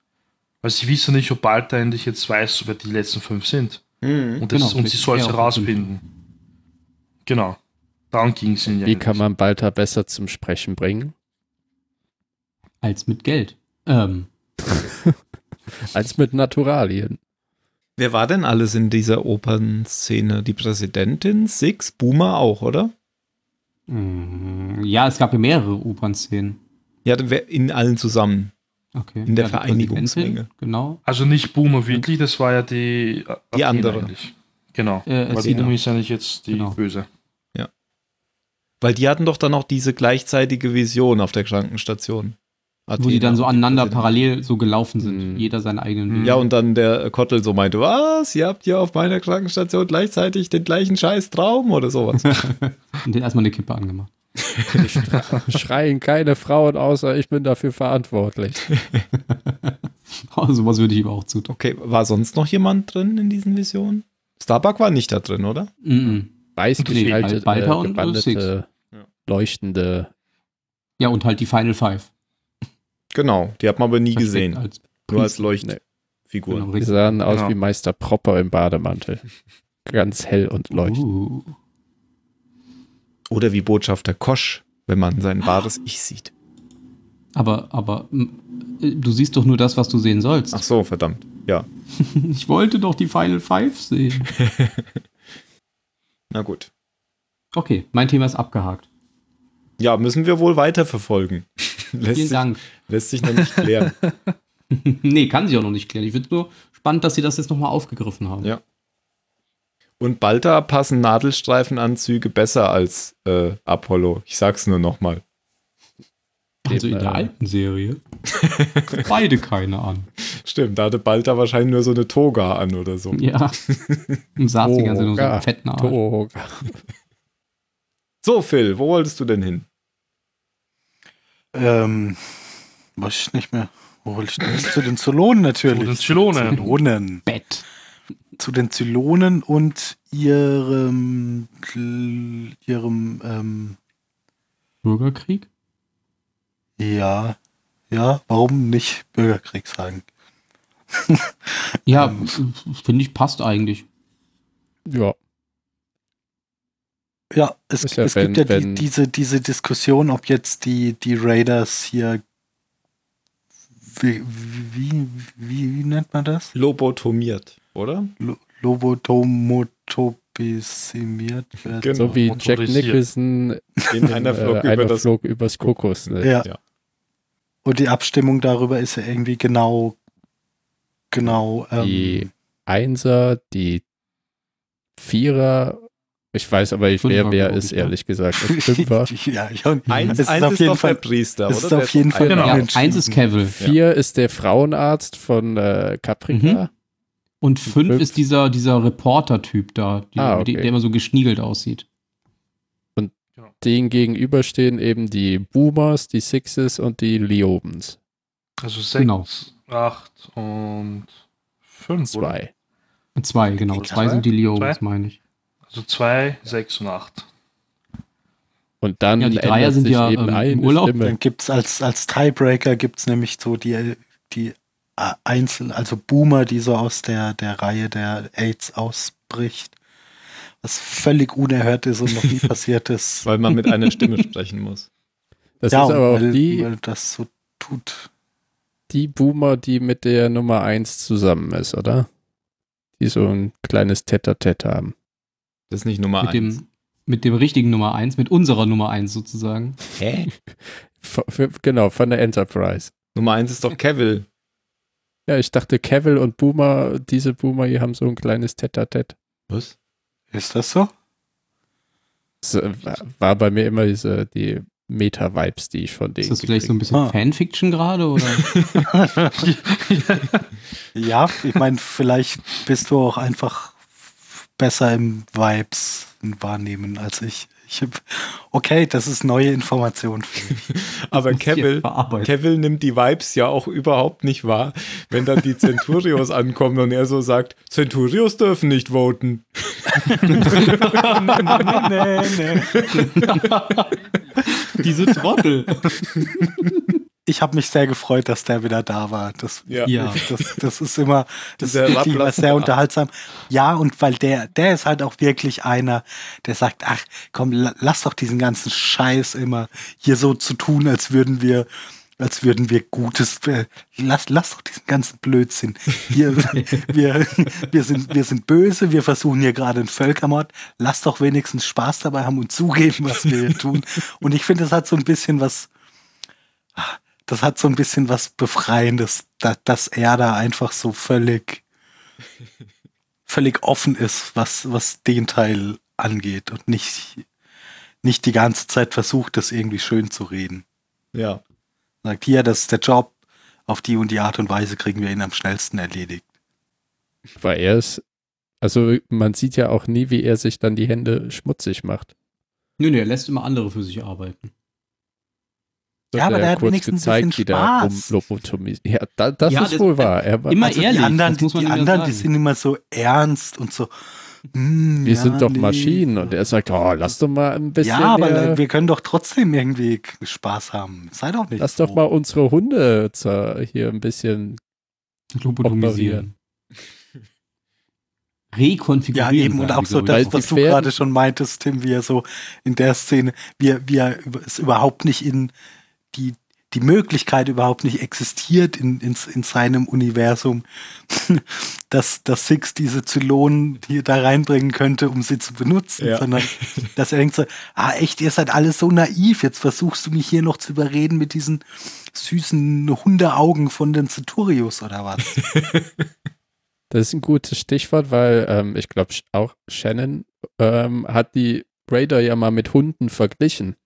Weil sie wissen nicht, ob Balta endlich jetzt weiß, wer die letzten fünf sind. Und, das,
Genau,
und sie
vielleicht
soll es
er auch
herausfinden. Genau. Darum ging es ihnen ja.
Wie kann
eigentlich.
man Balta besser zum Sprechen bringen?
Als mit Geld. Ähm,
Als mit Naturalien.
Wer war denn alles in dieser Opernszene? Die Präsidentin, Six, Boomer auch, oder? Mhm.
mm, ja, es gab ja mehrere Opernszenen.
Ja, dann wär- in allen zusammen.
Okay.
In der
ja, die
Vereinigungsmenge.
Präsidentin, Genau.
Also nicht Boomer wirklich, das war ja die. äh,
Die
Athena
andere.
eigentlich. Genau.
Äh,
Weil
Athena.
Boomer ist eigentlich jetzt die
Genau.
Böse.
Weil die hatten doch dann auch diese gleichzeitige Vision auf der Krankenstation.
Wo die dann so aneinander
parallel.
parallel so gelaufen sind.
Mhm.
Jeder seinen eigenen Weg.
Ja, und dann der Kottel so meinte, was, ihr habt hier auf meiner Krankenstation gleichzeitig den gleichen scheiß Traum oder sowas.
Und den erstmal eine Kippe angemacht.
Schreien keine Frauen, außer ich bin dafür verantwortlich.
Oh, sowas würde ich ihm auch zutrauen.
Okay, war sonst noch jemand drin in diesen Visionen? Starbuck war nicht da drin, oder?
Mhm.
Weiß
Und
nicht,
deswegen
halt,
halt Balta und Six.
gebandete,
Ja.
leuchtende.
Ja, und halt die Final Five.
Genau, die hat man aber nie
Versteckt
gesehen.
Als
nur als
Nee.
Leuchtfigur.
genau,
Die
richtig.
sahen aus
Genau.
wie Meister Propper im Bademantel. Ganz hell und leuchtend.
Uh.
Oder wie Botschafter Kosch, wenn man sein wahres Ich sieht.
Aber, aber m, äh, du siehst doch nur das, was du sehen sollst.
Ach so, verdammt. Ja,
Ich wollte doch die Final Five sehen.
na gut.
Okay, mein Thema ist abgehakt.
Ja, müssen wir wohl weiterverfolgen. lässt,
Vielen
sich,
Dank.
lässt sich noch nicht klären.
nee, kann sie auch noch nicht klären. Ich finde nur spannend, dass sie das jetzt nochmal aufgegriffen haben.
Ja. Und Balta passen Nadelstreifenanzüge besser als äh, Apollo. Ich sag's nur nochmal.
Also
Eben,
in der
äh,
alten Serie. Beide keine an.
Stimmt, da hatte Balta wahrscheinlich nur so eine Toga an oder so.
Ja. Im saß die ganze Zeit nur so
Toga.
einen fetten Arsch.
Toga.
So, Phil, wo wolltest du denn hin?
Ähm, weiß ich nicht mehr. Wo wollte ich denn? hin? Zu den Zylonen natürlich.
Zu den Zylonen.
Zylonen.
Bett.
Zu den Zylonen und ihrem ihrem ähm,
Bürgerkrieg?
ja ja warum nicht Bürgerkrieg sagen?
Ja,
Ähm.
f- finde ich passt eigentlich. Genau,
Ja,
Ja, es,
Ist ja,
es
wenn-
gibt ja die,
wenn-
diese, diese Diskussion, ob jetzt die, die Raiders hier. Wie, wie, wie, wie nennt man das?
Lobotomiert, oder?
Lo- Lobotomotopizimiert werden.
Genau.
so wie Jack
motorisiert.
Nicholson
In einer Flug
äh, einer
über das.
flog übers Kokosnetz.
Ja.
Ja.
Und die Abstimmung darüber ist ja irgendwie genau. Genau.
Die- Einser, die Vierer. Ich weiß aber nicht, wer
Fünfer,
wer
glaub
ist,
ich, ne?
ehrlich gesagt. Das Fünfer.
ja, ich auch nicht.
Eins,
Es ist
eins
auf
ist
jeden
doch
Fall-
der Priester,
es
oder?
ist
Der
auf jeden Fall.
Genau.
Ja,
unentschieden.
eins ist Cavill.
Vier ist der Frauenarzt von äh,
Mhm.
Caprica.
Und fünf
Fünf.
ist dieser, dieser Reporter-Typ da, die,
Ah, okay.
die, der immer so geschniegelt aussieht.
Denen gegenüberstehen eben die Boomers, die Sixes und die Liobens.
Also sechs,
Genau.
acht und fünf. oder?
Zwei.
Zwei, genau.
Oder
Zwei
zwei?
sind die Leos,
Zwei?
meine ich.
Also zwei, sechs und acht.
Und dann
Ja, die Dreier
ändert
sind
sich
ja,
eben
ähm, im
eine
Urlaub.
Stimme.
Dann gibt es als, als Tiebreaker gibt's nämlich so die, die äh, Einzel-, also Boomer, die so aus der, der Reihe der AIDS ausbricht. Was völlig unerhört ist und noch nie passiert ist.
Genau.
Weil man mit einer Stimme sprechen muss.
Das
ja,
ist
und
aber auch
weil,
die,
weil das so tut.
die Boomer, die mit der Nummer eins zusammen ist, oder? Die so ein kleines Tetter-Tet haben.
Das ist nicht Nummer
Mit
eins.
dem, Mit dem richtigen Nummer 1, mit unserer Nummer 1 sozusagen.
Hä?
F- für- Genau, von der Enterprise.
Nummer eins ist doch Cavill.
Ja, ich dachte, Cavill und Boomer, diese Boomer, die haben so ein kleines Tête-à-Tête.
Was?
Ist das so?
Das äh, war- war bei mir immer diese, die Meta-Vibes, die ich von denen
Ist das vielleicht so ein
gekriegt
bisschen
Ah.
Fanfiction gerade? Oder?
Ja, ich meine, vielleicht bist du auch einfach besser im Vibes wahrnehmen als ich. ich hab- okay, das ist neue Information für mich.
Aber Cavill,
verarbeitet.
Cavill nimmt die Vibes ja auch überhaupt nicht wahr, wenn dann die Centurios ankommen und er so sagt, Centurios dürfen nicht voten.
nee, nee.
Diese Trottel.
Ich habe mich sehr gefreut, dass der wieder da war. Das,
Ja.
Ja.
das, das ist immer das
Dieser
ist wirklich immer
Laplace-
sehr unterhaltsam. Ja, und weil der, der ist halt auch wirklich einer, der sagt, ach komm, la- lass doch diesen ganzen Scheiß immer hier so zu tun, als würden wir, als würden wir Gutes. äh, Lass, lass doch diesen ganzen Blödsinn. Wir, wir, wir, sind, wir sind böse, wir versuchen hier gerade einen Völkermord. Lass doch wenigstens Spaß dabei haben und zugeben, was wir hier tun. Und ich finde, das hat so ein bisschen was das hat so ein bisschen was Befreiendes, da, dass er da einfach so völlig, völlig offen ist, was, was den Teil angeht und nicht, nicht die ganze Zeit versucht, das irgendwie schön zu reden.
Ja.
Sagt, hier, das ist der Job, auf die und die Art und Weise kriegen wir ihn am schnellsten erledigt.
habe. Weil er ist, also man sieht ja auch nie, wie er sich dann die Hände schmutzig macht.
Nö, nö, er lässt immer andere für sich arbeiten.
Das
Ja, aber der hat
kurz
wenigstens ein
gezeigt,
bisschen
die da
Spaß.
rumlobotomisiert. Ja, da, das
Ja,
ist
das-
wohl wahr. Er war,
immer
also,
ehrlich,
die anderen,
das muss man
die,
ihm ja
anderen die
sagen.
sind immer so ernst und so. "Hm,
wir
ja,
sind doch
nee."
Maschinen. Und er sagt, oh, lass doch mal ein bisschen.
Ja, aber
mehr-
wir können doch trotzdem irgendwie Spaß haben. Sei doch nicht
Lass
so.
doch mal unsere Hunde zer- hier ein bisschen.
Lobotomisieren. Rekonfigurieren.
Ja, eben und
sagen
auch
die,
so
glaube ich,
das,
Weil
was
die
du
Pferden-
gerade schon meintest, Tim, wie er so in der Szene, wie er, wie er über- es überhaupt nicht in die, die Möglichkeit überhaupt nicht existiert in, in, in seinem Universum, dass, dass Six diese Zylonen hier da reinbringen könnte, um sie zu benutzen,
Ja.
sondern dass er denkt so, ah echt, ihr seid alle so naiv, jetzt versuchst du mich hier noch zu überreden mit diesen süßen Hundeaugen von den Centurios oder was?
Das ist ein gutes Stichwort, weil ähm, ich glaube auch Shannon ähm, hat die Raider ja mal mit Hunden verglichen,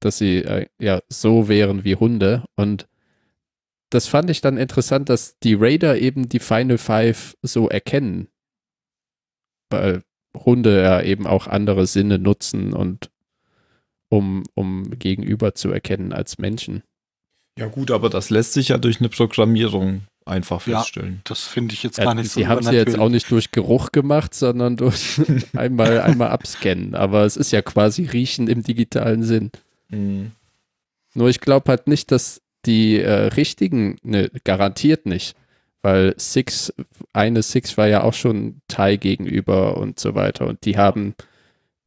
dass sie äh, ja so wären wie Hunde und das fand ich dann interessant, dass die Raider eben die Final Five so erkennen, weil Hunde ja eben auch andere Sinne nutzen und um, um Gegenüber zu erkennen als Menschen.
Ja, gut, aber das lässt sich ja durch eine Programmierung einfach
Ja.
feststellen.
Das finde ich jetzt
Ja,
gar nicht so
Äh, sie haben sie jetzt
übernatürlich.
auch nicht durch Geruch gemacht, sondern durch einmal, einmal abscannen. Aber es ist ja quasi Riechen im digitalen Sinn.
Mhm.
Nur ich glaube halt nicht, dass die äh, richtigen, ne, garantiert nicht. Weil Six, eine Six war ja auch schon Thai gegenüber und so weiter. Und die haben,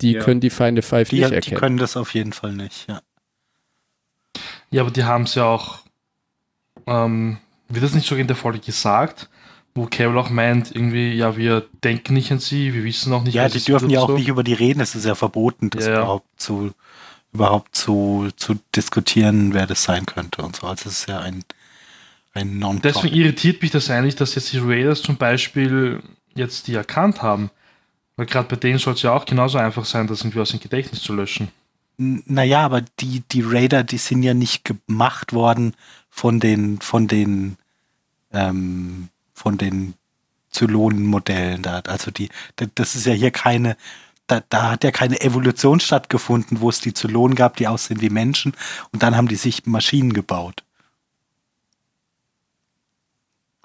die
Ja.
können die Feinde Five
Die,
nicht
die
erkennen.
können das auf jeden Fall nicht, ja.
Ja, aber die haben es ja auch, ähm, wird das nicht sogar in der Folge gesagt, wo Carol auch meint, irgendwie, ja, wir denken nicht an sie, wir wissen auch nicht,
ja,
was
die
es
dürfen
wird
ja
und
auch
so.
nicht über die reden. Es ist ja verboten, das
Ja, ja.
überhaupt zu überhaupt zu, zu diskutieren, wer das sein könnte und so. Also es ist ja ein, ein non
Deswegen irritiert mich das eigentlich, dass jetzt die Raiders zum Beispiel jetzt die erkannt haben. Weil gerade bei denen soll es ja auch genauso einfach sein, das irgendwie aus dem Gedächtnis zu löschen.
Naja, aber die, die Raider, die sind ja nicht gemacht worden von den, von den, ähm, von den Zylonen-Modellen da. Also die, da- das ist ja hier keine, da, da hat ja keine Evolution stattgefunden, wo es die Zylonen gab, die aussehen wie Menschen und dann haben die sich Maschinen gebaut.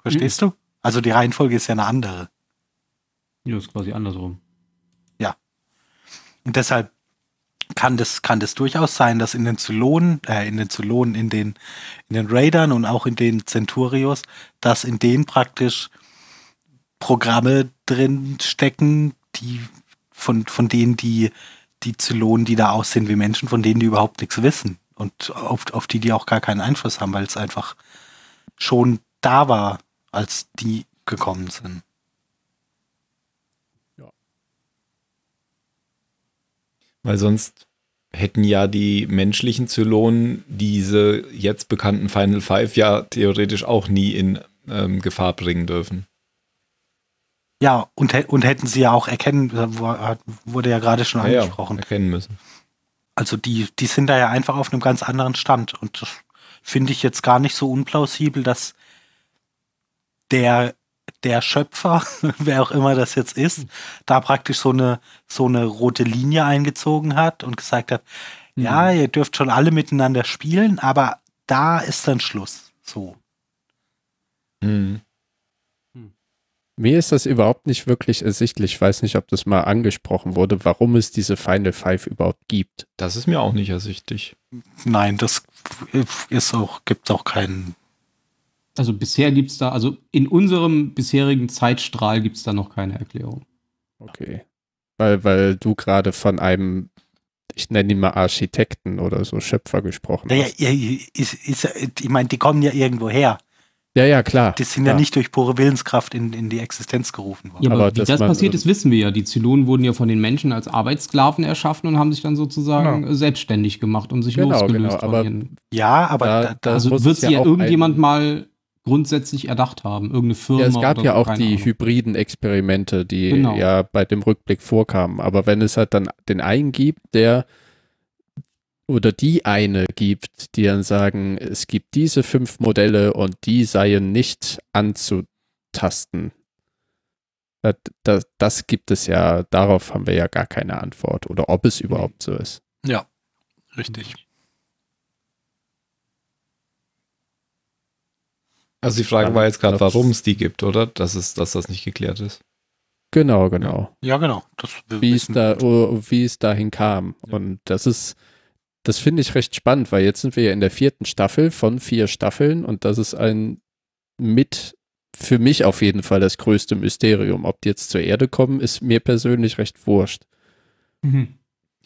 Verstehst du? Also die Reihenfolge ist ja eine andere.
Ja, ist quasi andersrum.
Und deshalb kann das, kann das durchaus sein, dass in den Zylonen, äh, in den Zylonen, in den, in den Raidern und auch in den Centurios, dass in denen praktisch Programme drin stecken, die von, von denen die, die Zylonen, die da aussehen wie Menschen, von denen die überhaupt nichts wissen und auf, auf die die auch gar keinen Einfluss haben, weil es einfach schon da war, als die gekommen sind.
Weil sonst hätten ja die menschlichen Zylonen diese jetzt bekannten Final Five ja theoretisch auch nie in ähm, Gefahr bringen dürfen.
Ja, und, hä- und hätten sie ja auch erkennen, war- wurde ja gerade schon
Ah ja,
angesprochen.
erkennen müssen.
Also die, die sind da ja einfach auf einem ganz anderen Stand. Und das finde ich jetzt gar nicht so unplausibel, dass der, der Schöpfer, wer auch immer das jetzt ist, da praktisch so eine, so eine rote Linie eingezogen hat und gesagt hat, ja, ihr dürft schon alle miteinander spielen, aber da ist dann Schluss. So.
Hm.
Mir ist das überhaupt nicht wirklich ersichtlich. Ich weiß nicht, ob das mal angesprochen wurde, warum es diese Final Five überhaupt gibt.
Das ist mir auch nicht ersichtlich.
Nein, das ist auch, gibt auch keinen.
Also bisher gibt es da, also in unserem bisherigen Zeitstrahl gibt es da noch keine Erklärung.
Okay. Weil, weil du gerade von einem, ich nenne ihn mal Architekten oder so, Schöpfer gesprochen
Naja,
hast.
ihr- ihr- ist, ist, ich meine, die kommen ja irgendwo her.
Ja, ja, klar.
Die sind ja,
klar.
nicht durch pure Willenskraft in, in die Existenz gerufen worden.
Ja, aber,
Aber
wie
dass
das
man-
passiert ist, wissen wir ja. Die Zylonen wurden ja von den Menschen als Arbeitssklaven erschaffen und haben sich dann sozusagen
Genau.
äh, selbstständig gemacht und sich
Genau,
losgelöst
genau,
von
aber
ihren.
Ja, aber
Da-
da,
da- das
Also
muss
wird
es
es
ja
ja,
auch
irgendjemand
ein-
mal grundsätzlich erdacht haben, irgendeine Firma.
Ja, es gab
oder
ja auch
keine
die
Ahnung.
hybriden Experimente, die
Genau.
ja bei dem Rückblick vorkamen. Aber wenn es halt dann den einen gibt, der oder die eine gibt, die dann sagen, es gibt diese fünf Modelle und die seien nicht anzutasten. Das, das, das gibt es ja, darauf haben wir ja gar keine Antwort oder ob es überhaupt so ist.
richtig.
Also die Frage
Dann
war jetzt gerade,
glaub's-
warum es die gibt, oder? Dass, es, dass das nicht geklärt ist.
Genau, genau.
Ja, genau. Das wir
wie es
wissen-
da, oh, wie es dahin kam. Und das ist, das finde ich recht spannend, weil jetzt sind wir ja in der vierten Staffel von vier Staffeln und das ist ein mit für mich auf jeden Fall das größte Mysterium. Ob die jetzt zur Erde kommen, ist mir persönlich recht wurscht.
Mhm.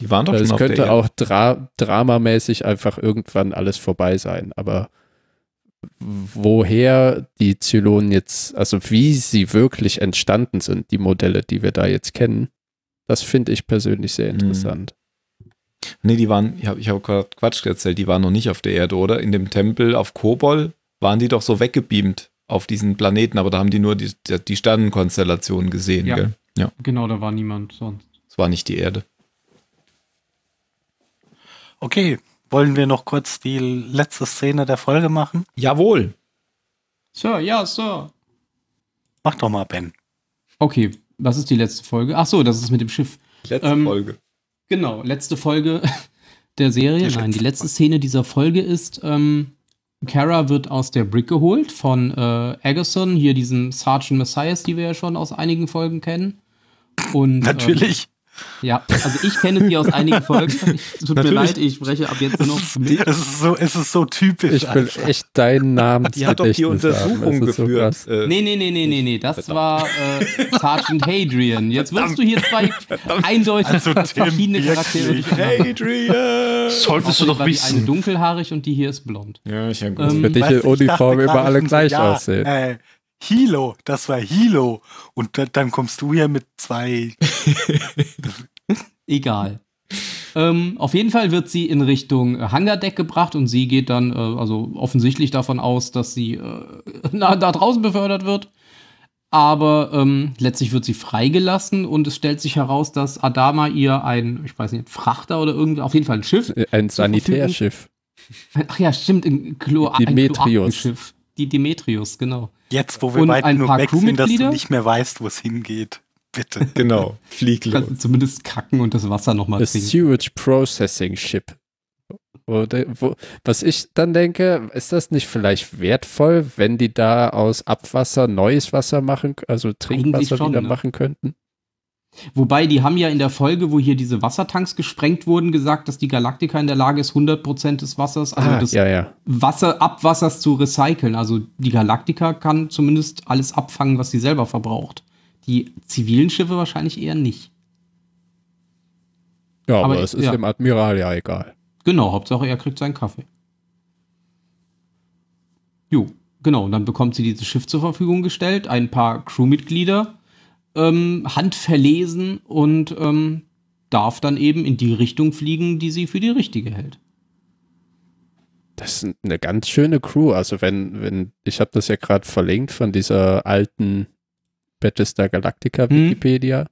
Die waren doch
Weil
schon
es
auf der
könnte
Erde.
auch dra dramamäßig einfach irgendwann alles vorbei sein, aber woher die Zylonen jetzt, also wie sie wirklich entstanden sind, die Modelle, die wir da jetzt kennen, das finde ich persönlich
Hm.
sehr interessant.
Nee, die waren, ich habe ich hab gerade Quatsch erzählt, die waren noch nicht auf der Erde, oder? In dem Tempel auf Kobol waren die doch so weggebeamt auf diesen Planeten, aber da haben die nur die, die Sternenkonstellationen gesehen,
Ja.
gell? Ja,
Genau, da war niemand sonst.
es war nicht die Erde.
Okay, wollen wir noch kurz die letzte Szene der Folge machen?
Jawohl!
Sir, ja, Sir.
Mach doch mal, Ben.
Okay, was ist die letzte Folge? Ach so, das ist mit dem Schiff.
Letzte
Ähm,
Folge.
Genau, letzte Folge der Serie.
Die
Nein, die
letzte
letzte Szene dieser Folge ist, ähm, Kara wird aus der Brick geholt von äh, Agason, hier diesem Sergeant Messias, die wir ja schon aus einigen Folgen kennen. Und,
Natürlich.
Ähm, ja, also ich kenne sie aus einigen Folgen. Ich, tut mir
Natürlich.
leid, ich spreche ab jetzt nur noch für mich.
es, ist so, es ist so typisch.
Ich will
einfach.
echt deinen Namen
Die hat doch die
ins Gedächtnis haben.
Untersuchung
Das ist so
geführt.
krass.
äh,
Nee, nee, nee, nee, nee, nee. Das
Verdammt.
war äh, Sergeant Hadrian. Jetzt wirst du hier zwei eindeutig
Also, Tim,
verschiedene Charaktere.
wirklich.
durcheinander.
Äh,
Adrian!
Solltest du
Außerdem
doch
war die eine
wissen.
dunkelhaarig und die hier ist blond.
Ja, ich habe
Für
Ähm,
dich
Weißt du,
in
ich dachte
Uniform
gerade
immer alle
schon so,
gleich
ja,
aussehen.
Äh, Hilo, das war Hilo. Und da, dann kommst du hier mit zwei.
Egal. ähm, auf jeden Fall wird sie in Richtung äh, Hangardeck gebracht und sie geht dann äh, also offensichtlich davon aus, dass sie äh, na, da draußen befördert wird. Aber ähm, letztlich wird sie freigelassen und es stellt sich heraus, dass Adama ihr ein, ich weiß nicht, Frachter oder irgendwie, auf jeden Fall ein Schiff.
Ein
zur Verfügung-
Sanitärschiff.
Ach ja, stimmt, ein, Klo ein
Demetrius.
Kloakenschiff. Die Demetrius, genau.
Jetzt, wo wir
Und
weit
ein
genug
paar
weg sind, dass du
Crewmitglieder?
nicht mehr weißt, wo es hingeht. Bitte.
Genau, flieg los.
Kannst du Also zumindest kacken und das Wasser nochmal
A
trinken.
Sewage Processing Ship. Oder, wo, was ich dann denke, ist das nicht vielleicht wertvoll, wenn die da aus Abwasser neues Wasser machen, also Trinkwasser
schon,
wieder
ne?
machen könnten?
Wobei, die haben ja in der Folge, wo hier diese Wassertanks gesprengt wurden, gesagt, dass die Galaktika in der Lage ist, 100% des Wassers, also
Ah,
des
ja, ja.
Wasser, Abwassers zu recyceln. Also die Galaktika kann zumindest alles abfangen, was sie selber verbraucht. Die zivilen Schiffe wahrscheinlich eher nicht.
Ja, aber,
Aber
es
ich-
ist
ja.
dem Admiral ja egal.
Genau, Hauptsache er kriegt seinen Kaffee. Jo, genau. Und dann bekommt sie dieses Schiff zur Verfügung gestellt, ein paar Crewmitglieder, ähm, handverlesen und ähm, darf dann eben in die Richtung fliegen, die sie für die richtige hält.
Das ist eine ganz schöne Crew. Also wenn, wenn, ich habe das ja gerade verlinkt von dieser alten Battlestar Galactica
Hm.
Wikipedia,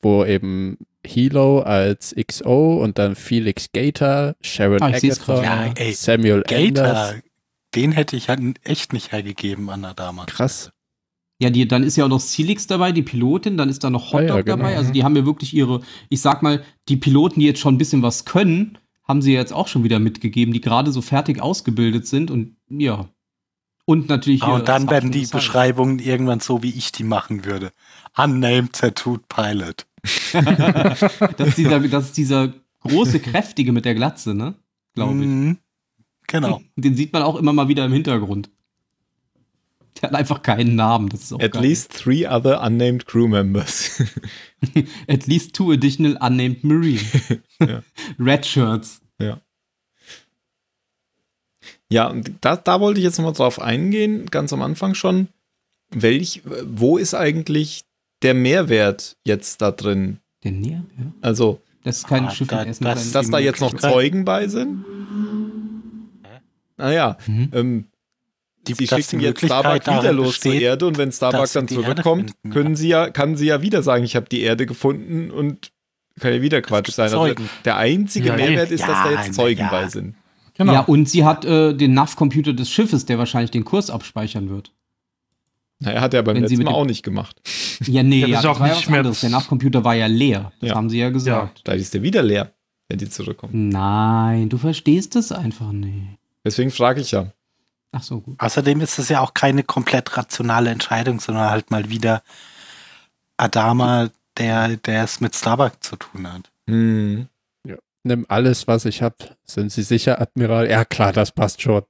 wo eben Hilo als XO und dann Felix Gator, Sharon
Ah, ich seh's
Agathon,
grad. Ja, ey,
Samuel
Gator,
Anders.
äh, den hätte ich halt echt nicht hergegeben, Anna damals.
Krass.
Ja, die, dann ist ja auch noch Silix dabei, die Pilotin, dann ist da noch
Ah ja,
Hotdog
genau.
dabei. Also die haben ja wirklich ihre, ich sag mal, die Piloten, die jetzt schon ein bisschen was können, haben sie ja jetzt auch schon wieder mitgegeben, die gerade so fertig ausgebildet sind und ja. Und natürlich.
Ah,
ihr
und dann
Sergeant
werden die
Science.
Beschreibungen irgendwann so, wie ich die machen würde. Unnamed Tattooed Pilot.
Das ist dieser, das ist dieser große, kräftige mit der Glatze, ne? Glaube ich.
Mhm. Genau.
Den sieht man auch immer mal wieder im Hintergrund. Der hat einfach keinen Namen. Das ist auch
At
geil.
least three other unnamed crew members.
At least two additional unnamed Marine.
Ja.
Red Shirts.
Ja, und da, da wollte ich jetzt nochmal drauf eingehen, ganz am Anfang schon. Welch, wo ist eigentlich der Mehrwert jetzt da drin?
Der Näher, ja.
Also,
Das ist kein
Ah,
Schiff
da-
mit Essen.
das-
dass
Die
da jetzt noch
Möglichkeit.
Zeugen bei sind? Naja,
Mhm.
ähm,
Die,
sie
dass
schicken
die
jetzt
Möglichkeit
Starbuck wieder
darin
los zur
besteht,
Erde und wenn Starbuck
dass sie
dann
die Erde
zurückkommt,
finden,
können
ja.
sie ja, kann sie ja wieder sagen, ich habe die Erde gefunden und kann ja wieder Quatsch
gibt
sein. Also
Zeugen.
der einzige
Ja,
Mehrwert ist, dass da
ja,
jetzt Zeugen
ja.
bei sind.
Genau.
Ja, und sie hat äh, den NAV-Computer des Schiffes, der wahrscheinlich den Kurs abspeichern wird.
Naja, hat er beim
Wenn sie
letzten
mit
Mal
dem-
auch nicht gemacht.
Ja, nee,
Ja,
ja,
das
das,
ist auch
war ja
nicht
was
mehr
anderes. Der
das-
NAV-Computer war ja leer. Das
Ja.
haben sie ja gesagt.
Vielleicht ist der wieder leer, wenn die zurückkommen.
Nein, du verstehst es einfach nicht.
Deswegen frage ich ja.
Ach so, gut.
Außerdem ist es ja auch keine komplett rationale Entscheidung, sondern halt mal wieder Adama, der der es mit Starbuck zu tun hat.
Hm.
Nimm alles, was ich hab. Sind Sie sicher, Admiral? Ja, klar, das passt schon.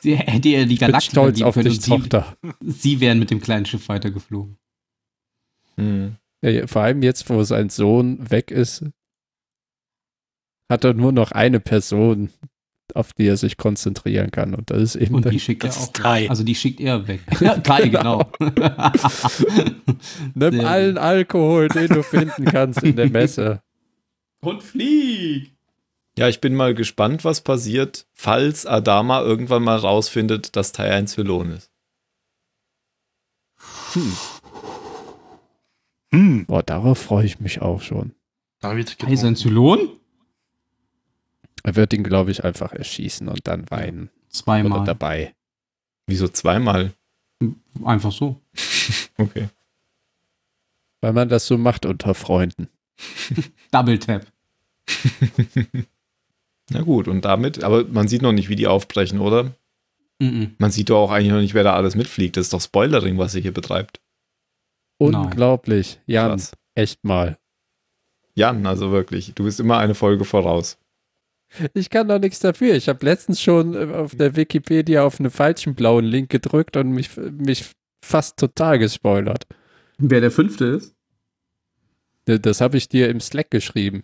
Sie hätte ja die
Ich bin
Galaktik
stolz
lieben
auf
können
dich,
und
Tochter.
sie, sie wären mit dem kleinen Schiff weitergeflogen.
Hm.
Ja, ja, vor allem jetzt, wo sein Sohn weg ist, hat er nur noch eine Person, auf die er sich konzentrieren kann. Und das ist eben
Und
der-
die schickt
Das
er auch
ist
weg.
Tai.
Also die schickt er weg. Ja, genau. Tai, genau.
nimm
sehr
allen Alkohol, den du finden kannst in der Messe.
Und flieg!
Ja, ich bin mal gespannt, was passiert, falls Adama irgendwann mal rausfindet, dass Teil 1 Hylon ist.
Hm.
Boah, darauf freue ich mich auch schon.
Dann wird
Tai, sein
getrunken.
Zylon?
Er wird ihn, glaube ich, einfach erschießen und dann weinen. Oder
Zweimal.
dabei.
Wieso zweimal?
Einfach so.
Okay.
Weil man das so macht unter Freunden.
Double Tap.
Na gut, und damit, aber man sieht noch nicht, wie die aufbrechen, oder?
Mhm.
Man sieht doch auch eigentlich noch nicht, wer da alles mitfliegt. Das ist doch Spoilering, was ihr hier betreibt.
Nein.
Unglaublich. Jan,
Krass.
echt mal.
Jan, also wirklich, du bist immer eine Folge voraus.
Ich kann doch nichts dafür. Ich habe letztens schon äh, auf der Wikipedia auf einen falschen blauen Link gedrückt und mich, mich fast total gespoilert.
Wer der fünfte ist?
D- Das habe ich dir im Slack geschrieben.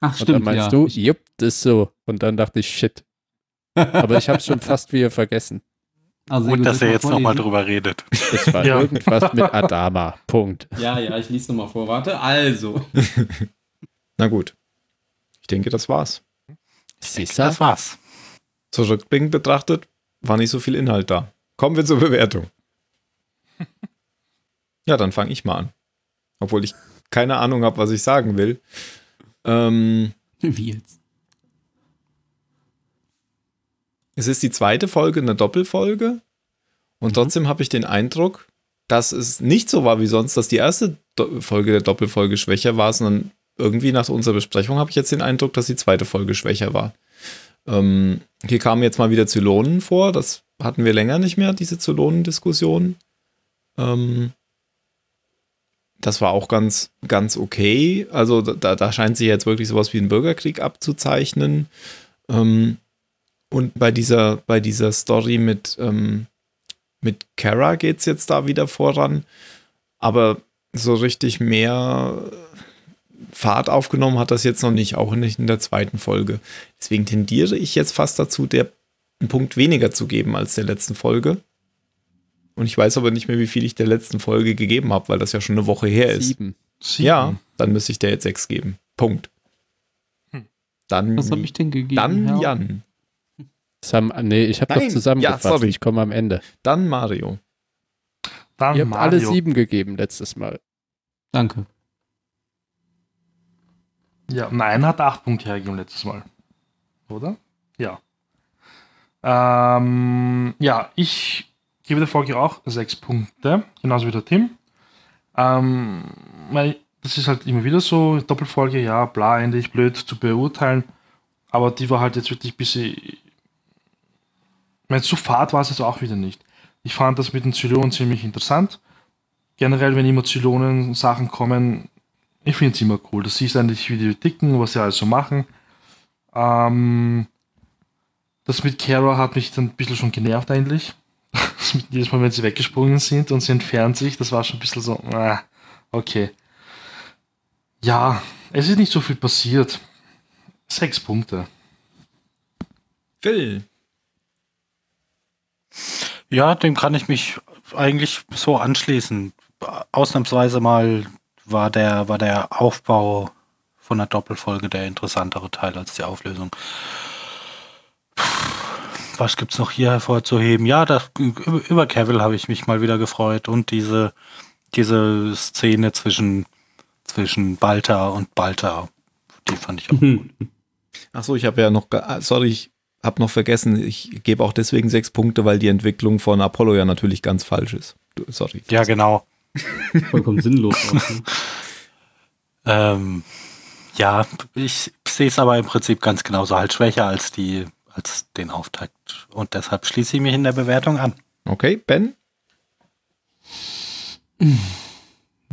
Ach,
Und
stimmt.
dann meinst
ja.
du, jupp, das ist so. Und dann dachte ich, shit. Aber ich habe schon fast wieder vergessen.
Ah, sehr
Gut, dass
soll
er
ich
jetzt nochmal
vorlesen?
drüber redet.
Es war
Ja.
irgendwas mit Adama. Punkt.
Ja, ja, ich lese nochmal vor. Warte, also.
Na gut. Ich denke, das war's.
Sisa?
Das war's.
Zurückblickend betrachtet, war nicht so viel Inhalt da. Kommen wir zur Bewertung. Ja, dann fange ich mal an. Obwohl ich keine Ahnung habe, was ich sagen will. Ähm,
Wie jetzt?
Hm.
es ist die zweite Folge, eine Doppelfolge. Und trotzdem habe ich den Eindruck, dass es nicht so war wie sonst, dass die erste Do Folge der Doppelfolge schwächer war, sondern irgendwie nach unserer Besprechung habe ich jetzt den Eindruck, dass die zweite Folge schwächer war. Ähm, hier kamen jetzt mal wieder Zylonen vor. Das hatten wir länger nicht mehr, diese Zylonen-Diskussion. Ähm, das war auch ganz, ganz okay. Also da, da scheint sich jetzt wirklich sowas wie ein Bürgerkrieg abzuzeichnen. Ähm, und bei dieser, bei dieser Story mit, ähm, mit Kara geht es jetzt da wieder voran. Aber so richtig mehr Fahrt aufgenommen hat das jetzt noch nicht, auch nicht in der zweiten Folge. Deswegen tendiere ich jetzt fast dazu, der einen Punkt weniger zu geben als der letzten Folge. Und ich weiß aber nicht mehr, wie viel ich der letzten Folge gegeben habe, weil das ja schon eine Woche her ist.
Sieben.
Sieben.
Ja, dann müsste ich der jetzt sechs geben. Punkt. Dann,
Was habe ich denn gegeben?
dann
Ja.
Jan,
Sam, nee, ich habe doch
Nein,
zusammengefasst.
ja, sorry.
ich komme am Ende.
dann Mario.
Dann
Ihr habt alle
Mario.
sieben gegeben letztes Mal.
Danke.
Ja, nein, hat acht Punkte hergegeben letztes Mal. Oder? Ja. Ähm, ja, ich gebe der Folge auch sechs Punkte, genauso wie der Tim. Ähm, weil das ist halt immer wieder so, Doppelfolge, ja, bla, endlich blöd zu beurteilen. Aber die war halt jetzt wirklich ein bisschen. Ich meine, zu fad war es jetzt auch wieder nicht. Ich fand das mit den Zylonen ziemlich interessant. Generell, wenn immer Zylonen-Sachen kommen, ich finde es immer cool. Du siehst eigentlich, wie die ticken, was sie alles so machen. Ähm, das mit Kara hat mich dann ein bisschen schon genervt eigentlich. Das mit Jedes Mal, wenn sie weggesprungen sind und sie entfernt sich, das war schon ein bisschen so, na, okay. Ja, es ist nicht so viel passiert. Sechs Punkte.
Phil,
Ja, dem kann ich mich eigentlich so anschließen. Ausnahmsweise mal war der, war der Aufbau von der Doppelfolge der interessantere Teil als die Auflösung. Puh, Was gibt's noch hier hervorzuheben? Ja, das, über über Cavill habe ich mich mal wieder gefreut und diese, diese Szene zwischen, zwischen Balta und Balta, die fand ich auch gut.
Ach so, ich habe ja noch, ge- ah, sorry, ich habe noch vergessen, ich gebe auch deswegen sechs Punkte, weil die Entwicklung von Apollo ja natürlich ganz falsch ist. Du- Sorry.
Ja, genau.
Vollkommen sinnlos. Auch, ne?
Ähm, ja, ich sehe es aber im Prinzip ganz genauso, halt schwächer als die, als den Auftakt. Und deshalb schließe ich mich in der Bewertung an.
Okay, Ben?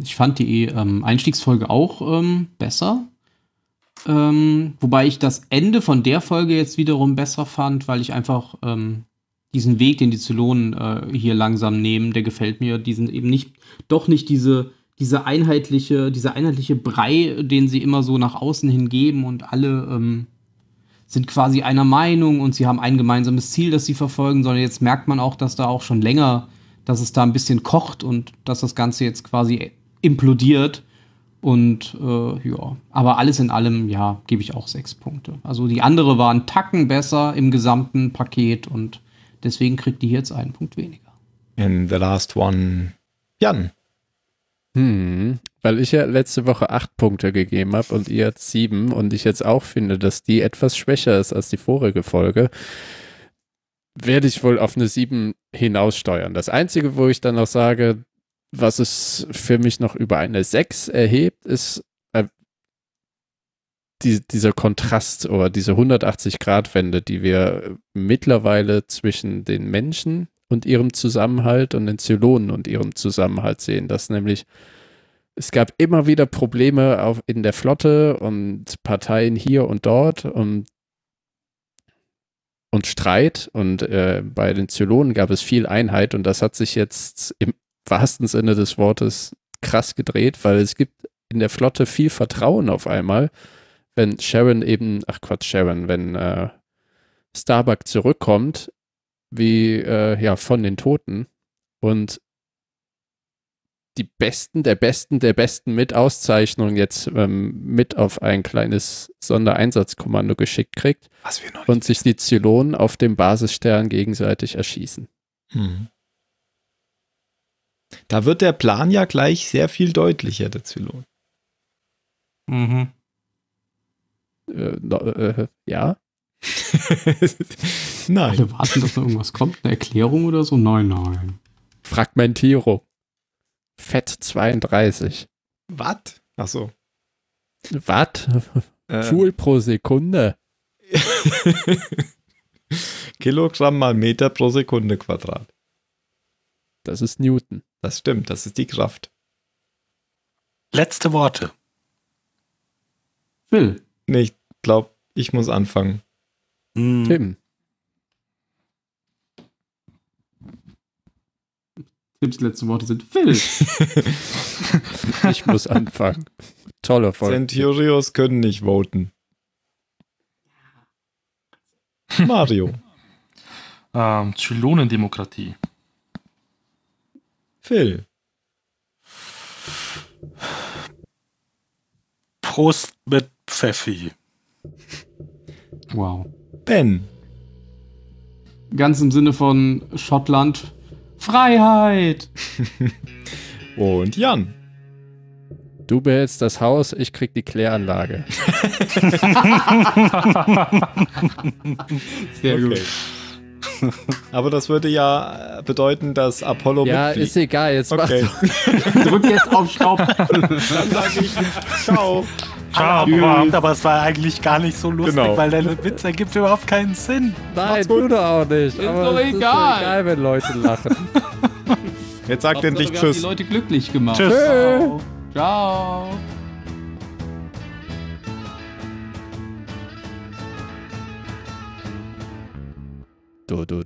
Ich fand die ähm, Einstiegsfolge auch ähm, besser. Ähm, wobei ich das Ende von der Folge jetzt wiederum besser fand, weil ich einfach ähm, diesen Weg, den die Zylonen äh, hier langsam nehmen, der gefällt mir. Diesen eben nicht, doch nicht diese, diese einheitliche, dieser einheitliche Brei, den sie immer so nach außen hin geben und alle ähm, sind quasi einer Meinung und sie haben ein gemeinsames Ziel, das sie verfolgen, sondern jetzt merkt man auch, dass da auch schon länger dass es da ein bisschen kocht und dass das Ganze jetzt quasi implodiert. Und äh, ja, aber alles in allem, ja, gebe ich auch sechs Punkte. Also die andere war einen Tacken besser im gesamten Paket und deswegen kriegt die jetzt einen Punkt weniger.
And the last one. Jan.
Hm, weil ich ja letzte Woche acht Punkte gegeben habe und ihr jetzt sieben und ich jetzt auch finde, dass die etwas schwächer ist als die vorige Folge, werde ich wohl auf eine sieben hinaussteuern. Das Einzige, wo ich dann noch sage, was es für mich noch über eine sechs erhebt, ist äh, die, dieser Kontrast oder diese 180-Grad-Wende, die wir mittlerweile zwischen den Menschen und ihrem Zusammenhalt und den Zylonen und ihrem Zusammenhalt sehen, dass nämlich es gab immer wieder Probleme auf, in der Flotte und Parteien hier und dort und, und Streit. Und äh, bei den Zylonen gab es viel Einheit und das hat sich jetzt im wahrsten Sinne des Wortes krass gedreht, weil es gibt in der Flotte viel Vertrauen auf einmal, wenn Sharon eben, ach Quatsch, Sharon, wenn äh, Starbuck zurückkommt, wie äh, ja von den Toten und die Besten der Besten der Besten mit Auszeichnung jetzt ähm, mit auf ein kleines Sondereinsatzkommando geschickt kriegt
Was wir noch
und sich die Zylonen auf dem Basisstern gegenseitig erschießen.
Hm. Da wird der Plan ja gleich sehr viel deutlicher, der Zylon.
Äh, no- äh, ja,
Nein.
Alle Also warten, dass noch irgendwas kommt, eine Erklärung oder so? Nein, nein.
Fragmentierung. Fett 32.
Was? Ach so.
Watt?
Äh,
Joule pro Sekunde.
Kilogramm mal Meter pro Sekunde Quadrat.
Das ist Newton.
Das stimmt, das ist die Kraft.
Letzte Worte.
Will.
Nee, ich glaube, ich muss anfangen.
Hm,
Tim.
Tipps letzte Worte sind Will.
Ich muss anfangen. Tolle Folge.
Centurios können nicht voten. Mario,
Ähm, Zylonendemokratie.
Phil,
Prost mit Pfeffi.
Wow.
Ben.
Ganz im Sinne von Schottland. Freiheit!
Und Jan.
Du behältst das Haus, ich krieg die Kläranlage.
Sehr
Okay. Aber das würde ja äh, bedeuten, dass Apollo
ja,
mitfliegt.
ist egal, jetzt mach
Okay,
doch.
gut. Drück jetzt auf Staub.
dann sage ich Ciao.
Ciao, Abend, aber es war eigentlich gar nicht so lustig,
Genau.
weil deine Witz ergibt überhaupt keinen Sinn.
Nein, du doch auch nicht.
Ist
aber
doch
es ist
egal.
egal, wenn Leute lachen.
Jetzt sagt endlich
Wir haben die
Tschüss.
Leute glücklich gemacht.
Tschüss.
Ciao.
Du, du,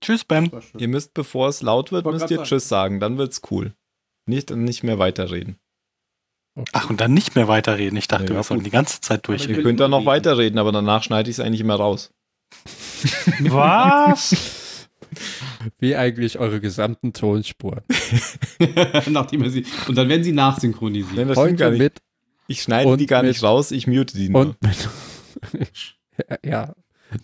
Tschüss, Ben.
Ihr müsst, bevor es laut wird,
Wollt
müsst
grad
ihr
sagen.
Tschüss sagen. Dann wird's cool. Nicht, nicht mehr weiterreden.
Ach, und dann nicht mehr weiterreden. Ich dachte,
Ja,
wir
gut.
sollen die ganze Zeit durch.
Ihr könnt dann noch weiterreden, aber danach schneide ich es eigentlich immer raus.
Was?
Wie eigentlich eure gesamten Tonspuren.
Nachdem er sie. Und dann werden sie nachsynchronisiert.
Nein, das stimmt
Heute
gar nicht.
mit
Ich schneide
und
die gar
mit-
nicht raus, ich mute die nur.
und mit. ja,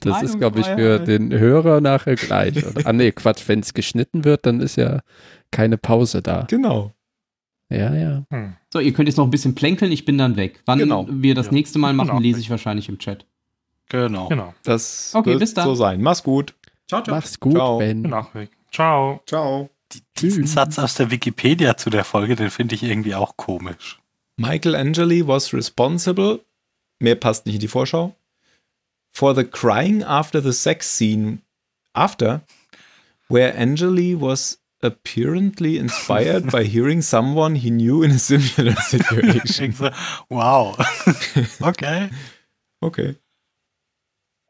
das ist, glaube ich, für
Meinungsfreiheit.
den Hörer nachher gleich. Oder? Ah, nee, Quatsch, wenn es geschnitten wird, dann ist ja keine Pause da.
genau.
Ja, ja.
Hm,
So, ihr könnt jetzt noch ein bisschen plänkeln, ich bin dann weg. Wann
Genau.
wir das
Ja.
nächste Mal machen,
Genau.
lese ich wahrscheinlich im Chat.
Genau.
Genau,
Das
Okay,
wird
bis dann.
so sein. Mach's gut.
Ciao, ciao.
Mach's gut,
Ciao. Genau.
bin
Ben.
auch weg. Ciao.
Ciao.
Diesen
Tschüss.
Satz aus der Wikipedia zu der Folge, den finde ich irgendwie auch komisch.
Michael Angeli was responsible, mehr passt nicht in die Vorschau, for the crying after the sex scene after, where Angeli was apparently inspired by hearing someone he knew in a similar
Ich
situation.
denke so, wow. okay.
Okay.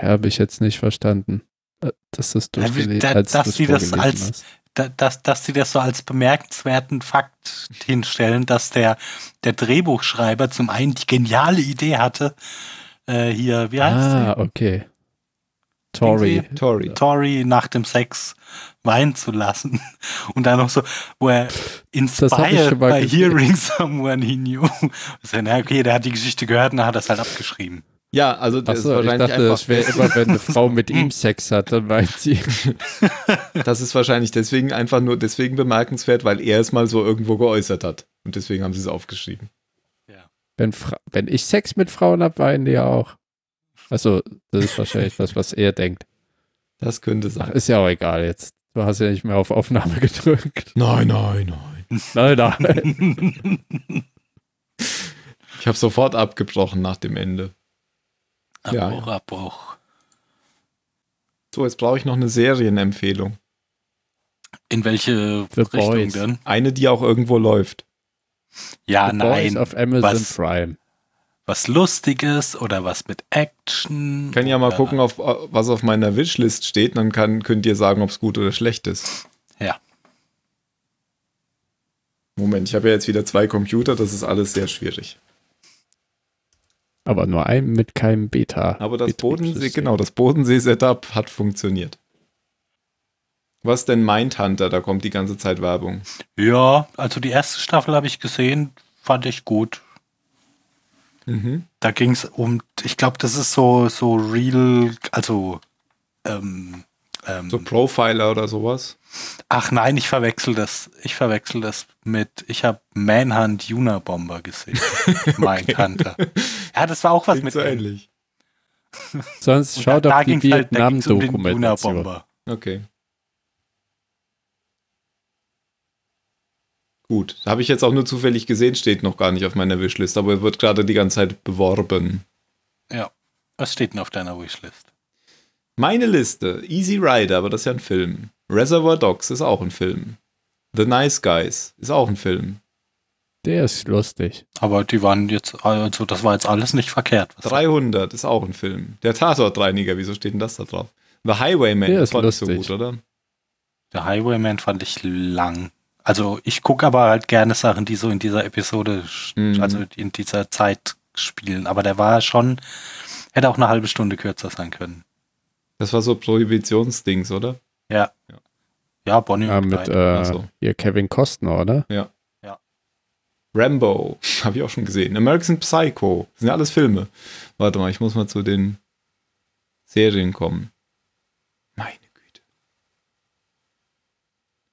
Habe ich jetzt nicht verstanden. Äh, Dass das
Ja, wie-
durchgelesen
da-
als
dass
du's
sie das
vorgelesen
als-
hast.
da, dass, dass sie das so als bemerkenswerten Fakt hinstellen, dass der, der Drehbuchschreiber zum einen die geniale Idee hatte, äh, hier, wie heißt
Ah, okay. Tori.
Tori.
sie? Tori nach dem Sex weinen zu lassen. Und dann noch so, where inspired
schon mal
by
gesehen.
hearing someone he knew. Also, na, okay, der hat die Geschichte gehört und hat das halt abgeschrieben.
Ja, also das
Achso,
ist
ich
wahrscheinlich
dachte,
einfach,
es wäre immer, wenn eine Frau mit ihm Sex hat, dann meint sie.
das ist wahrscheinlich deswegen einfach nur deswegen bemerkenswert, weil er es mal so irgendwo geäußert hat. Und deswegen haben sie es aufgeschrieben.
Wenn, Fra wenn ich Sex mit Frauen habe, weinen die ja auch. Achso, das ist wahrscheinlich das, was er denkt.
Das könnte
Ach,
sein.
ist ja auch egal jetzt. Du hast ja nicht mehr auf Aufnahme gedrückt.
Nein, nein, nein.
Nein, nein.
Ich habe sofort abgebrochen nach dem Ende. Ja.
Abbruch, Abbruch.
So, jetzt brauche ich noch eine Serienempfehlung.
In welche
The
Richtung
Boys.
denn?
Eine, die auch irgendwo läuft.
Ja,
The Boys
Ah, nein.
auf Amazon
was-
Prime.
Was Lustiges oder was mit Action.
Ich kann ja mal
oder-
gucken, auf, was auf meiner Wishlist steht, dann kann, könnt ihr sagen, ob es gut oder schlecht ist.
Ja.
Moment, ich habe ja jetzt wieder zwei Computer, das ist alles sehr schwierig.
Aber nur einen mit keinem Beta.
Aber das Bodensee,
Betriebssystem.
genau, das Bodensee-Setup hat funktioniert. Was denn Mindhunter? Da kommt die ganze Zeit Werbung.
Ja, also die erste Staffel habe ich gesehen, fand ich gut.
Mhm.
Da ging es um, ich glaube, das ist so, so real, also, ähm, ähm,
So Profiler oder sowas.
ach nein, ich verwechsel das, ich verwechsel das mit, ich habe Manhunt Unabomber gesehen. Mindhunter. Ja, das war auch was
Klingt
mit,
so ähnlich.
Sonst
Und
schaut auf die
ging's halt- da ging's um den
Vietnam-Dokumentation.
Unabomber.
Okay. Gut, habe ich jetzt auch nur zufällig gesehen, steht noch gar nicht auf meiner Wishlist, aber wird gerade die ganze Zeit beworben.
Was steht denn auf deiner Wishlist?
Meine Liste, Easy Rider, aber das ist ja ein Film. Reservoir Dogs ist auch ein Film. The Nice Guys ist auch ein Film.
Der ist lustig.
Aber die waren jetzt, also das war jetzt alles nicht verkehrt. Was
300 ist auch ein Film. Der Tatortreiniger, wieso steht denn das da drauf? The Highwayman,
Der
das
ist
war nicht so
lustig.
gut, oder?
Der Highwayman fand ich lang. Also ich gucke aber halt gerne Sachen, die so in dieser Episode, sch-
Mhm.
also in dieser Zeit spielen. Aber der war schon, hätte auch eine halbe Stunde kürzer sein können.
Das war so Prohibitionsdings, oder?
Ja, Bonnie
Ja,
und
mit
Clyde.
äh,
Ach so.
hier Kevin Costner, oder?
Rambo, habe ich auch schon gesehen. American Psycho, das sind ja alles Filme. Warte mal, ich muss mal zu den Serien kommen. Meine Güte.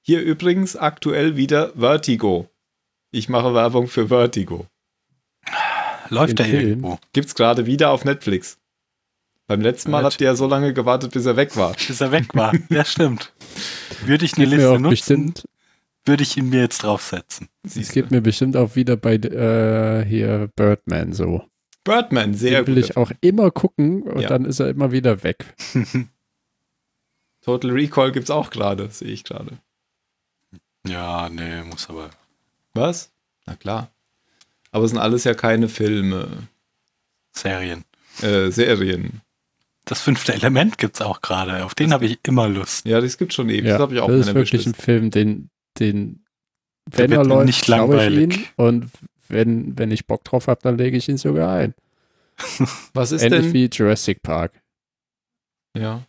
Hier übrigens aktuell wieder Vertigo. Ich mache Werbung für Vertigo.
Läuft
Den
der
Film?
irgendwo?
Gibt's gerade wieder auf Netflix. Beim letzten Mal
Alter.
habt ihr ja so lange gewartet, bis er weg war.
Bis er weg war. Ja, stimmt. Würde ich eine
Geht mir
Liste
auch
nutzen,
bestimmt,
würde ich ihn mir jetzt draufsetzen.
es
Siehst
geht mir bestimmt auch wieder bei äh, hier Birdman so.
Birdman, sehr
Den will
gut.
ich auch immer gucken und
Ja.
dann ist er immer wieder weg.
Total Recall gibt's auch gerade, sehe ich gerade.
Ja, nee, muss aber.
Was? Na klar. Aber es sind alles ja keine Filme,
Serien.
äh, Serien.
Das fünfte Element gibt's auch gerade. Auf den habe ich immer Lust.
Ja, das gibt schon ewig.
Ja,
das habe ich auch
das ist
keine
wirklich ein
Wishlist.
Film, den, den
Der
wenn
wird
er
mir
läuft,
nicht
schaue ich ihn
langweilig.
und wenn, wenn ich Bock drauf habe, dann lege ich ihn sogar ein.
Was ist
Ähnlich
denn?
wie Jurassic Park.
Ja.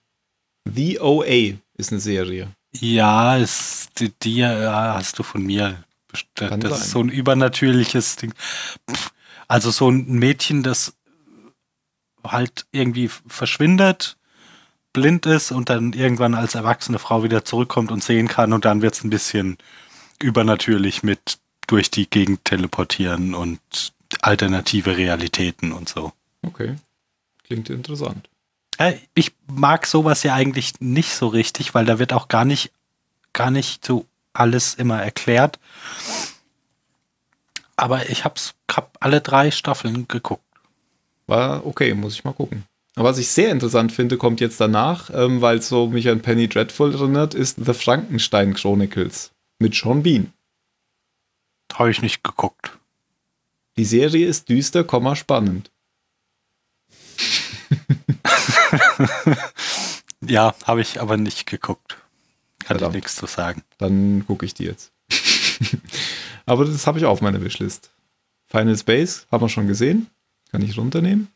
The OA ist eine Serie.
Ja, ist, die, die ja, hast du von mir bestellt.
Kann
das
sein.
ist so ein übernatürliches Ding. Pff, Also so ein Mädchen, das halt irgendwie verschwindet, blind ist und dann irgendwann als erwachsene Frau wieder zurückkommt und sehen kann und dann wird es ein bisschen übernatürlich mit durch die Gegend teleportieren und alternative Realitäten und so.
Okay. Klingt interessant.
Ja, Ich mag sowas ja eigentlich nicht so richtig, weil da wird auch gar nicht, gar nicht so alles immer erklärt. Aber ich hab's, hab alle drei Staffeln geguckt.
War okay, muss ich mal gucken. Aber was ich sehr interessant finde, kommt jetzt danach, ähm, weil es so mich an Penny Dreadful erinnert, ist The Frankenstein Chronicles mit Sean Bean.
Habe ich nicht geguckt.
Die Serie ist düster, Komma, spannend.
Ja, habe ich aber nicht geguckt. Kann ich
Verdammt.
nichts zu sagen.
Dann gucke ich die jetzt. Aber das habe ich auch auf meiner Wishlist. Final Space haben wir schon gesehen. Kann ich runternehmen.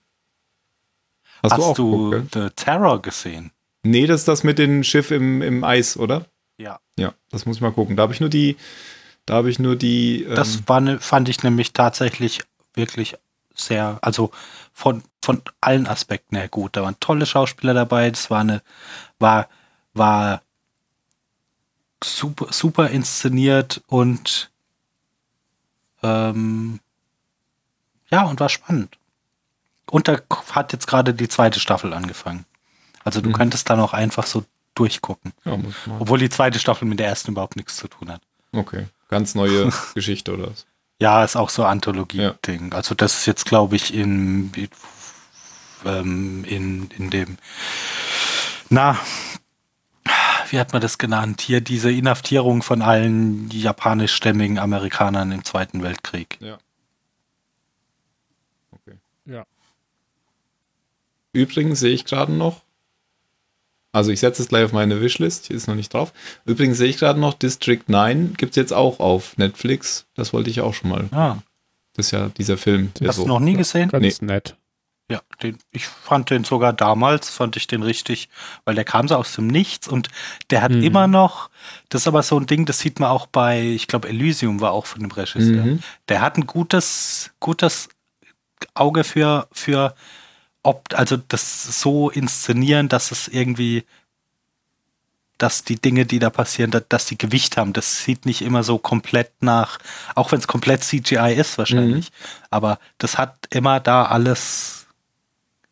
Hast, du auch geguckt, gell?
The Terror gesehen?
Nee, das ist das mit dem Schiff im, im Eis, oder?
Ja.
Ja, das muss ich mal gucken. Da habe ich nur die, da habe ich nur die. Ähm,
Das war ne, fand ich nämlich tatsächlich wirklich sehr, also von, von allen Aspekten her gut. Da waren tolle Schauspieler dabei. Das war eine, war, war super, super inszeniert und ähm, ja, und war spannend. Und da hat jetzt gerade die zweite Staffel angefangen. Also du
Mhm.
könntest dann auch einfach so durchgucken.
ja, muss ich mal.
Obwohl die zweite Staffel mit der ersten überhaupt nichts zu tun hat.
Okay, ganz neue Geschichte oder was?
Ja, ist auch so Anthologie-Ding. Also das ist jetzt, glaube ich, in, ähm, in, in dem, na, wie hat man das genannt? Hier diese Inhaftierung von allen japanischstämmigen Amerikanern im Zweiten Weltkrieg.
Übrigens sehe ich gerade noch. Also ich setze es gleich auf meine Wishlist, hier ist noch nicht drauf. Übrigens sehe ich gerade noch, District 9 gibt es jetzt auch auf Netflix. Das wollte ich auch schon mal.
Ja,
Das ist ja dieser Film. der
Ah, hast du noch nie gesehen?
Ganz nett.
Ja, den, ich fand den sogar damals, fand ich den richtig, weil der kam so aus dem Nichts und der hat
Mhm.
immer noch, das ist aber so ein Ding, das sieht man auch bei, ich glaube, Elysium war auch von dem Regisseur.
Mhm.
der hat ein gutes, gutes Auge für, für ob, also das so inszenieren, dass es irgendwie, dass die Dinge, die da passieren, da, dass die Gewicht haben. Das sieht nicht immer so komplett nach, auch wenn es komplett CGI ist wahrscheinlich, aber das hat immer da alles,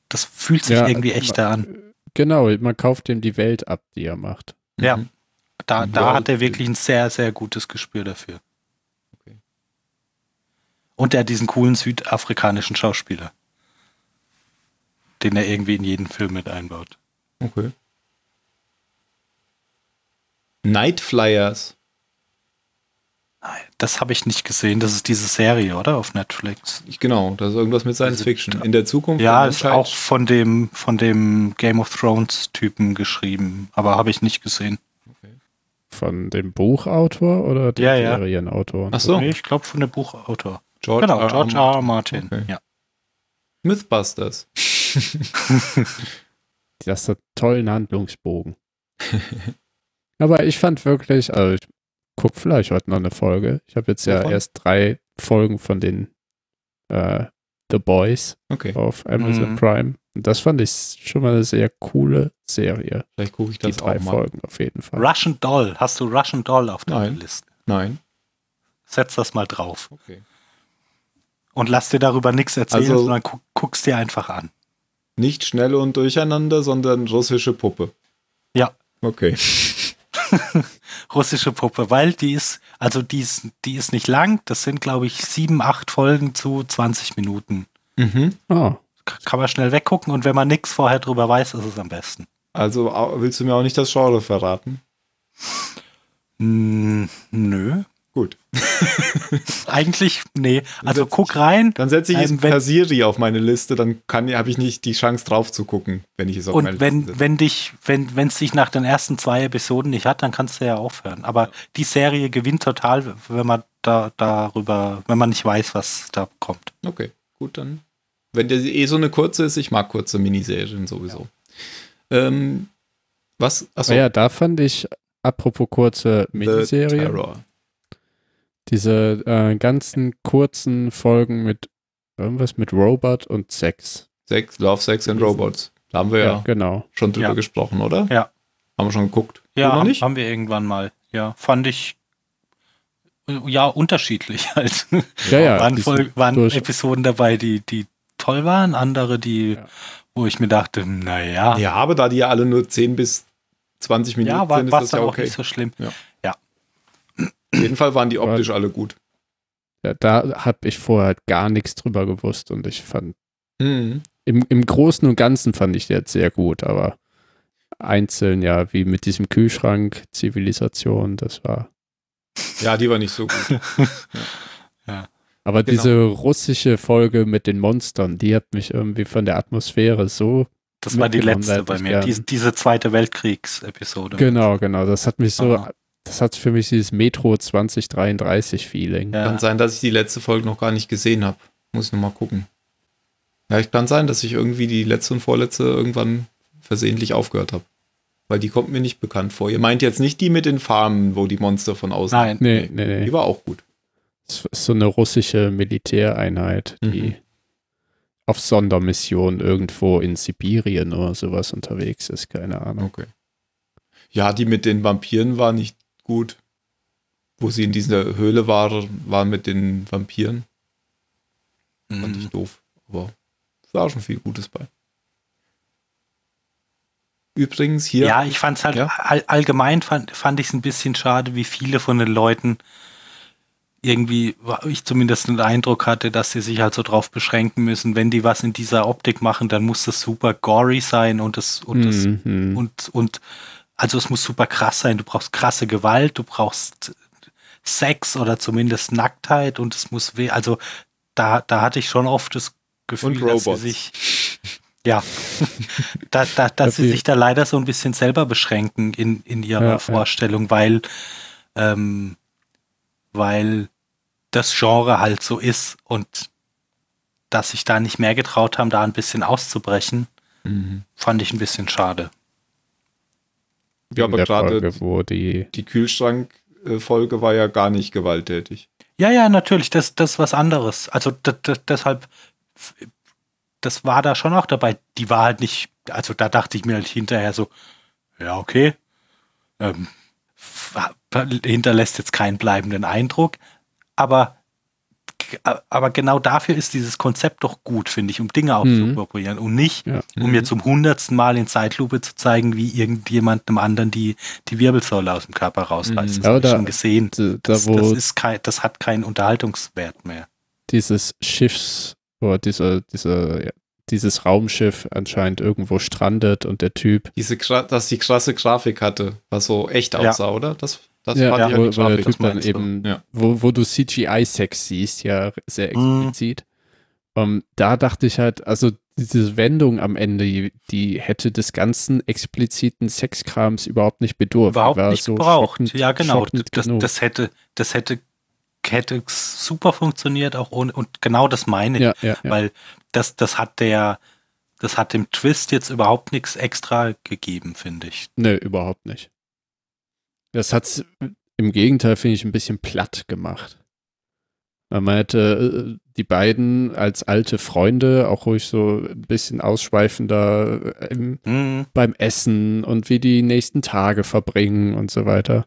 das fühlt sich
Ja,
irgendwie echter an.
Genau, man kauft ihm die Welt ab, die er macht.
Ja,
Mhm.
da, da
Ja,
hat er
okay.
wirklich ein sehr, sehr gutes Gespür dafür.
Okay.
Und er hat diesen coolen südafrikanischen Schauspieler, den er irgendwie in jeden Film mit einbaut.
Mhm. Okay. Night Flyers. Ah,
Nein, das habe ich nicht gesehen. Das ist diese Serie, oder? Auf Netflix.
Ich, genau, das ist irgendwas mit Science
Also,
Fiction. In der Zukunft.
Ja,
der
ist
Menschheit-
auch von dem, von dem Game of Thrones-Typen geschrieben, aber habe ich nicht gesehen.
Von dem Buchautor oder dem
Ja, ja.
Serienautor?
Ach so,
Nee, ich glaube von dem Buchautor.
George
genau,
R.
George R. R. Martin.
Okay.
Ja.
Mythbusters.
Das hat tollen Handlungsbogen. Aber ich fand wirklich, also ich guck vielleicht heute noch eine Folge. Ich habe jetzt ja
Wovon?
erst drei Folgen von den äh, The Boys
Okay,
auf Amazon
Mhm.
Prime. Und das fand ich schon mal eine sehr coole Serie.
vielleicht gucke ich
Die
das
drei
auch mal.
Folgen auf jeden Fall.
Russian Doll. Hast du Russian Doll auf deiner
Nein.
Liste?
Nein.
Setz das mal drauf.
Okay.
Und lass dir darüber nichts erzählen,
Also-
sondern guck, guck's dir einfach an.
Nicht schnell und durcheinander, sondern russische Puppe.
Ja.
Okay.
Russische Puppe, weil die ist, also die ist, die ist nicht lang. Das sind, glaube ich, sieben, acht Folgen zu 20 Minuten.
Mhm.
Ah,
K- Kann man schnell weggucken und wenn man nichts vorher drüber weiß, ist es am besten.
Also au- willst du mir auch nicht das Genre verraten?
Mm, nö.
Gut.
Eigentlich, nee. Also
setz
guck rein
Dann setze ich
Ähm,
jetzt
wenn-
Persiri auf meine Liste, dann habe ich nicht die Chance drauf zu gucken, wenn ich es auf meine
und
Liste
wenn,
setze.
wenn dich, wenn, wenn es dich nach den ersten zwei Episoden nicht hat, dann kannst du ja aufhören. Aber die Serie gewinnt total, wenn man da darüber, wenn man nicht weiß, was da kommt.
Okay, gut, dann. Wenn der eh so eine kurze ist, ich mag kurze Miniserien sowieso. Ähm, was? Achso,
ah ja, da fand ich, apropos kurze
The
Miniserie,
Terror.
diese äh, ganzen kurzen Folgen mit irgendwas mit Robot und Sex.
Sex, Love, Sex and Robots. Da haben wir ja,
genau.
schon drüber
Ja.
gesprochen, oder?
Ja.
Haben wir schon geguckt? Du
Ja,
noch
haben,
nicht?
haben wir irgendwann mal. Ja, fand ich ja unterschiedlich halt.
Ja, ja.
waren
die
Folgen-
sind
waren
durch-
Episoden dabei, die, die toll waren, andere, die,
Ja.
wo ich mir dachte, naja, ja,
Ja, aber da die ja alle nur 10 bis 20 Minuten
ja war
sind, ist
es
das
dann
ja
auch
okay.
nicht so schlimm.
Auf jeden Fall waren die optisch alle gut.
ja, da habe ich vorher halt gar nichts drüber gewusst und ich fand,
Mhm.
im, im Großen und Ganzen fand ich die jetzt sehr gut, aber einzeln ja, wie mit diesem Kühlschrank, Zivilisation, das war.
Ja, die war nicht so gut.
Aber
Genau.
diese russische Folge mit den Monstern, die hat mich irgendwie von der Atmosphäre so.
Das war die
mitgenommen, da
letzte
hätte
bei
ich
mir,
gern.
diese, diese zweite Weltkriegsepisode.
Genau, genau. Das hat mich so.
Aha.
Das hat für mich dieses Metro 2033-Feeling.
Ja.
Kann sein, dass ich die letzte Folge noch gar nicht gesehen habe. Muss ich nochmal gucken. Ja, ich kann sein, dass ich irgendwie die letzte und vorletzte irgendwann versehentlich aufgehört habe. Weil die kommt mir nicht bekannt vor. Ihr meint jetzt nicht die mit den Farmen, wo die Monster von außen.
Nein.
Nee, nee, nee.
Die war auch gut.
Das ist so eine russische Militäreinheit, die
Mhm.
auf Sondermission irgendwo in Sibirien oder sowas unterwegs ist. Keine Ahnung.
Okay. Ja, die mit den Vampiren war nicht gut. Wo sie in dieser Höhle war, war mit den Vampiren. Fand ich
Mhm.
doof. Aber es war schon viel Gutes bei. Übrigens hier.
Ja, ich fand es halt
Ja.
all, allgemein fand, fand ich es ein bisschen schade, wie viele von den Leuten irgendwie, war- ich zumindest den Eindruck hatte, dass sie sich halt so drauf beschränken müssen, wenn die was in dieser Optik machen, dann muss das super gory sein und das und Oh, das
Mhm.
und und also es muss super krass sein, du brauchst krasse Gewalt, du brauchst Sex oder zumindest Nacktheit und es muss weh, also da da hatte ich schon oft das Gefühl,
Und
dass sie
Robots.
sich ja, da, da, dass sie
Okay.
sich da leider so ein bisschen selber beschränken in, in ihrer
Ja, ja.
Vorstellung, weil, ähm, weil das Genre halt so ist und dass sich da nicht mehr getraut haben, da ein bisschen auszubrechen,
Mhm.
fand ich ein bisschen schade.
Ja, aber
der
gerade
Folge, wo die.
die Kühlschrank-Folge war ja gar nicht gewalttätig.
Ja, ja, natürlich, das, das ist was anderes. Also d- d- deshalb, f- das war da schon auch dabei. Die war halt nicht, also da dachte ich mir halt hinterher so, ja, okay, ähm, f- hinterlässt jetzt keinen bleibenden Eindruck, aber, aber genau dafür ist dieses Konzept doch gut, finde ich, um Dinge aufzuprobieren und nicht,
Mhm. Ja.
um mir zum hundertsten Mal in Zeitlupe zu zeigen, wie irgendjemand einem anderen die, die Wirbelsäule aus dem Körper rausreißt.
Mhm.
Das habe ich
Aber da-
schon gesehen.
Da,
Das,
wo
das, ist kein, das hat keinen Unterhaltungswert mehr.
dieses Schiffs oder dieser, dieser, ja, dieses Raumschiff anscheinend irgendwo strandet und der Typ,
Diese, kra- dass die krasse Grafik hatte, was so echt
Ja.
aussah, oder? Das, das
ja,
fand ich
wo,
an die
wo der
Grafik.
Typ
am
dann
besten.
eben,
Ja.
wo, wo du CGI-Sex siehst, ja sehr
Mhm.
explizit. Ähm, da dachte ich halt, also diese Wendung am Ende, die- die hätte des ganzen expliziten Sexkrams überhaupt nicht bedurft. Die
Überhaupt
war
nicht
so
gebraucht.
schockend-
ja, genau.
schockend
Das,
genug.
das hätte, das hätte, hätte super funktioniert, auch ohne. Und genau das meine ich.
ja, ja, ja.
Weil das, das hat der, das hat dem Twist jetzt überhaupt nichts extra gegeben, finde ich.
Nö, überhaupt nicht. Das hat's im Gegenteil, finde ich, ein bisschen platt gemacht. Weil man hätte äh, die beiden als alte Freunde auch ruhig so ein bisschen ausschweifender äh, im,
Mhm.
beim Essen und wie die nächsten Tage verbringen und so weiter.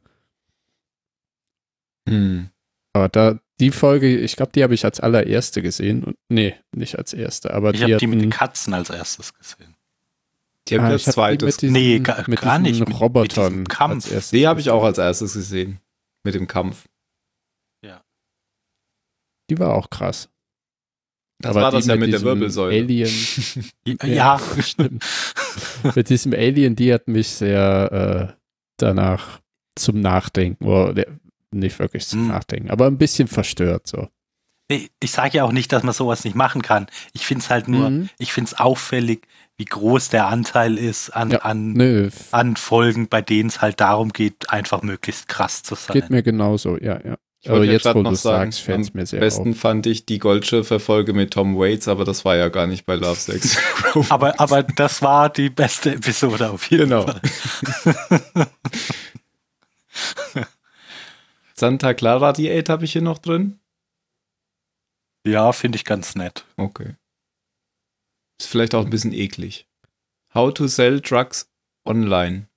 Hm.
Aber da die Folge, ich glaube, die habe ich als allererste gesehen. Und, nee, nicht als erste, aber
Ich
die,
habe die mit den
hatten-
Katzen als erstes gesehen.
Die habe
Ah,
ich als
ich hab die
zweites.
Mit diesen,
Nee, ga-
mit
gar
diesen
nicht, mit- mit
Robotern
diesem Kampf.
als erstes
Die habe ich
gesehen.
auch als erstes gesehen. Mit dem Kampf.
Die war auch krass.
Das war das
die
ja mit der
diesem
Wirbelsäule.
Alien,
Ja,
stimmt. mit diesem Alien, die hat mich sehr äh, danach zum Nachdenken, oder der- nicht wirklich zum
Hm.
Nachdenken, aber ein bisschen verstört so.
Nee, ich sage ja auch nicht, dass man sowas nicht machen kann. Ich finde es halt nur,
Mhm.
ich finde es auffällig, wie groß der Anteil ist an,
Ja,
an,
Nö, f-
an Folgen, bei denen es halt darum geht, einfach möglichst krass zu sein.
geht mir genauso, ja, ja.
Ich wollte
Aber
ja
jetzt,
grad
wo
noch
du es
sagen,
sagst, fällt es
am
mir sehr
Besten
auf.
fand ich die Goldschiffer-Folge mit Tom Waits, aber das war ja gar nicht bei Love Sex.
aber, aber das war die beste Episode auf jeden
Genau.
Fall.
Santa Clara Diät habe ich hier noch drin.
Ja, finde ich ganz nett.
Okay. Ist vielleicht auch ein bisschen eklig. How to sell drugs online.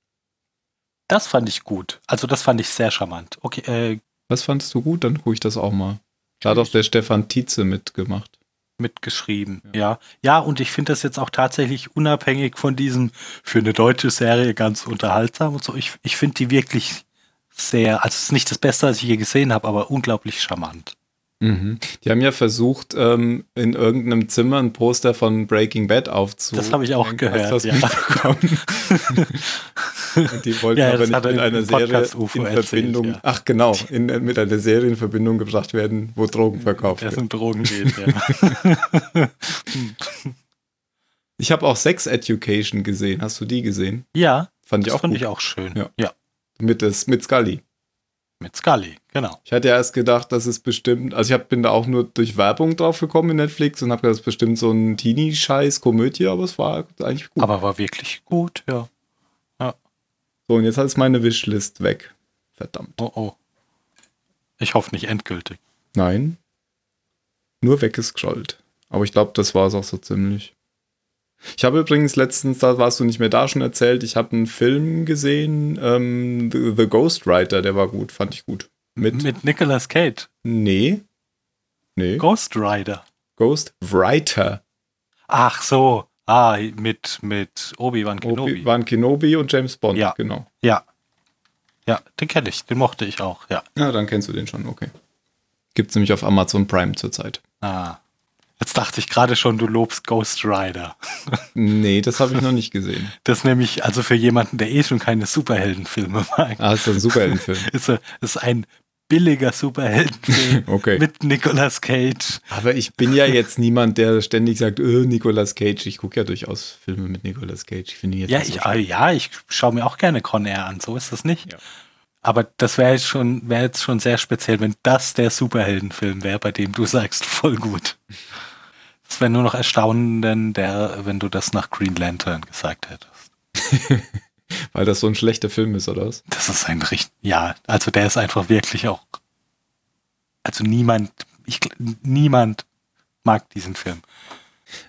Das fand ich gut. Also das fand ich sehr charmant. Okay, äh,
Was fandest du gut? Dann gucke ich das auch mal. Da hat auch der Stefan Tietze mitgemacht.
mitgeschrieben. Ja. ja, und ich finde das jetzt auch tatsächlich unabhängig von diesem für eine deutsche Serie ganz unterhaltsam und so. Ich, ich finde die wirklich sehr, also es ist nicht das Beste, was ich je gesehen habe, aber unglaublich charmant. Mhm.
Die haben ja versucht, ähm, in irgendeinem Zimmer ein Poster von Breaking Bad aufzuhängen.
Das habe ich auch gehört,
Hast du
ja.
das mitbekommen? Und die wollten
Ja, das
aber nicht
hat er
mit
im
einer Serie
Podcast
in
UFO
Verbindung,
erzählt, ja.
ach genau, in, mit einer Serie in Verbindung gebracht werden, wo Drogen verkauft
Der es
werden.
um Drogen geht, ja.
Ich habe auch Sex Education gesehen. Hast du die gesehen?
ja,
Fand ich
das
auch
fand
gut.
ich auch schön.
Ja.
Ja.
Mit, das, mit Scully.
mit Scully, genau.
Ich hatte ja erst gedacht, das ist bestimmt, also ich hab, bin da auch nur durch Werbung drauf gekommen in Netflix und habe gedacht, das ist bestimmt so ein Teenie-Scheiß-Komödie, aber es war eigentlich gut.
Aber war wirklich gut, ja.
so, und jetzt ist meine Wishlist weg. Verdammt.
Oh oh. Ich hoffe nicht endgültig.
Nein. Nur weggescrollt. Aber ich glaube, das war es auch so ziemlich. Ich habe übrigens letztens, da warst du nicht mehr da, schon erzählt, ich habe einen Film gesehen, ähm, The, The Ghostwriter, der war gut, fand ich gut. Mit,
Mit Nicolas Cage,
nee, nee,
Ghost Rider.
Ghostwriter.
Ach so, ah, mit, mit Obi-Wan Kenobi.
Obi waren Kenobi und James Bond,
Ja.
genau.
Ja. Ja, den kenne ich, den mochte ich auch, ja.
Ja, dann kennst du den schon, okay. Gibt's nämlich auf Amazon Prime zurzeit.
Ah. Jetzt dachte ich gerade schon, du lobst Ghost Rider.
Nee, das habe ich noch nicht gesehen.
Das ist nämlich, also für jemanden, der eh schon keine Superheldenfilme mag,
Ah, ist das ein Superheldenfilm.
ist, äh, ist ein billiger Superheldenfilm
Okay.
mit Nicolas Cage.
Aber ich bin ja jetzt niemand, der ständig sagt, öh, Nicolas Cage. Ich gucke ja durchaus Filme mit Nicolas Cage. Ich finde ihn jetzt
Ja,
nicht so
ich,
schlimm.
ah, ja, ich schaue mir auch gerne Con Air an, so ist das nicht.
Ja.
Aber das wäre jetzt, schon- wär jetzt schon sehr speziell, wenn das der Superheldenfilm wäre, bei dem du sagst, voll gut. Das wäre nur noch erstaunender, wenn du das nach Green Lantern gesagt hättest.
Weil das so ein schlechter Film ist, oder was?
Das ist ein richtig, ja, also der ist einfach wirklich auch, also niemand, ich, gl- niemand mag diesen Film.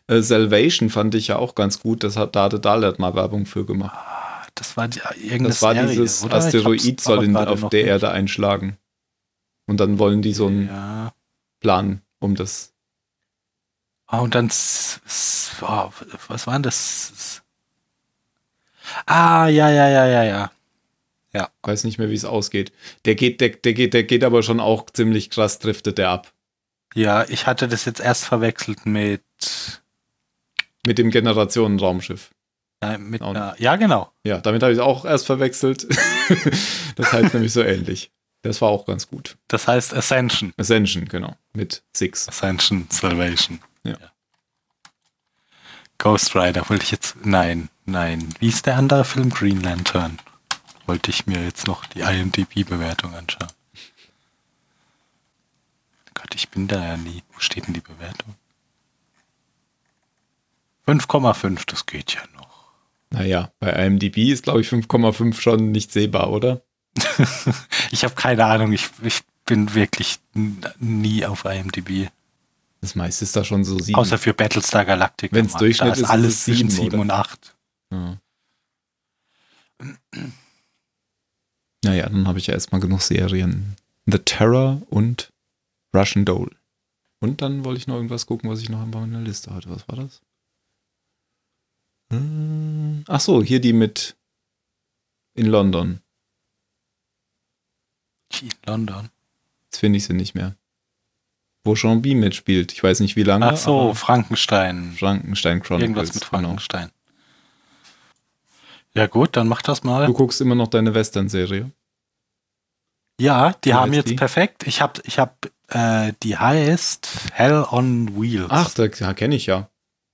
Äh, Salvation fand ich ja auch ganz gut. Das hat, da hatte Dahlert mal Werbung für gemacht.
Das war die, irgendeine
Das war
Serie,
dieses
oder? Ich hab's
Asteroid soll
aber
in,
gerade
auf
noch
der
nicht.
Erde einschlagen. Und dann wollen die so einen
Ja.
Plan, um das
Ah, und dann, s- s- oh, was war denn das? Ah, ja, ja, ja, ja, ja.
weiß nicht mehr, wie es ausgeht. Der geht, der, der geht, der geht aber schon auch ziemlich krass, driftet der ab.
Ja, ich hatte das jetzt erst verwechselt mit,
Mit dem Generationenraumschiff.
äh, mit
Auch
einer, ja, genau.
Ja, damit habe ich es auch erst verwechselt. das heißt nämlich so ähnlich. Das war auch ganz gut.
Das heißt Ascension.
Ascension, genau. Mit Six.
Ascension, Salvation.
Ja.
Ghost Rider wollte ich jetzt, nein, nein. Wie ist der andere Film? Green Lantern. Wollte ich mir jetzt noch die IMDb-Bewertung anschauen. Gott, ich bin da ja nie. Wo steht denn die Bewertung? 5,5, das geht ja noch.
Naja, bei IMDb ist, glaube ich, 5,5 schon nicht sehbar, oder?
Ich habe keine Ahnung, ich, ich bin wirklich n- nie auf IMDb.
Das meiste ist da schon so sieben.
Außer für Battlestar Galactica.
Wenn's
Mann.
Durchschnitt
da ist,
ist, ist
alles
es
zwischen
sieben,
7
oder?
und 8.
Ja. Naja, dann habe ich ja erstmal genug Serien. The Terror und Russian Doll. Und dann wollte ich noch irgendwas gucken, was ich noch bei meiner Liste hatte. Was war das? Hm, Ach so, hier die mit in London.
Gee, London.
Jetzt finde ich sie nicht mehr. Wo Jean B mitspielt. Ich weiß nicht wie lange.
Ach so,
Ne? aber
Frankenstein.
Frankenstein Chronicles.
Irgendwas mit
genau.
Frankenstein. Ja gut, dann mach das mal.
Du guckst immer noch deine Western-Serie.
Ja, die
Wie
haben
heißt
jetzt
die?
perfekt. Ich hab, ich hab, äh, die heißt Hell on Wheels.
Ach, da ja, kenne ich ja.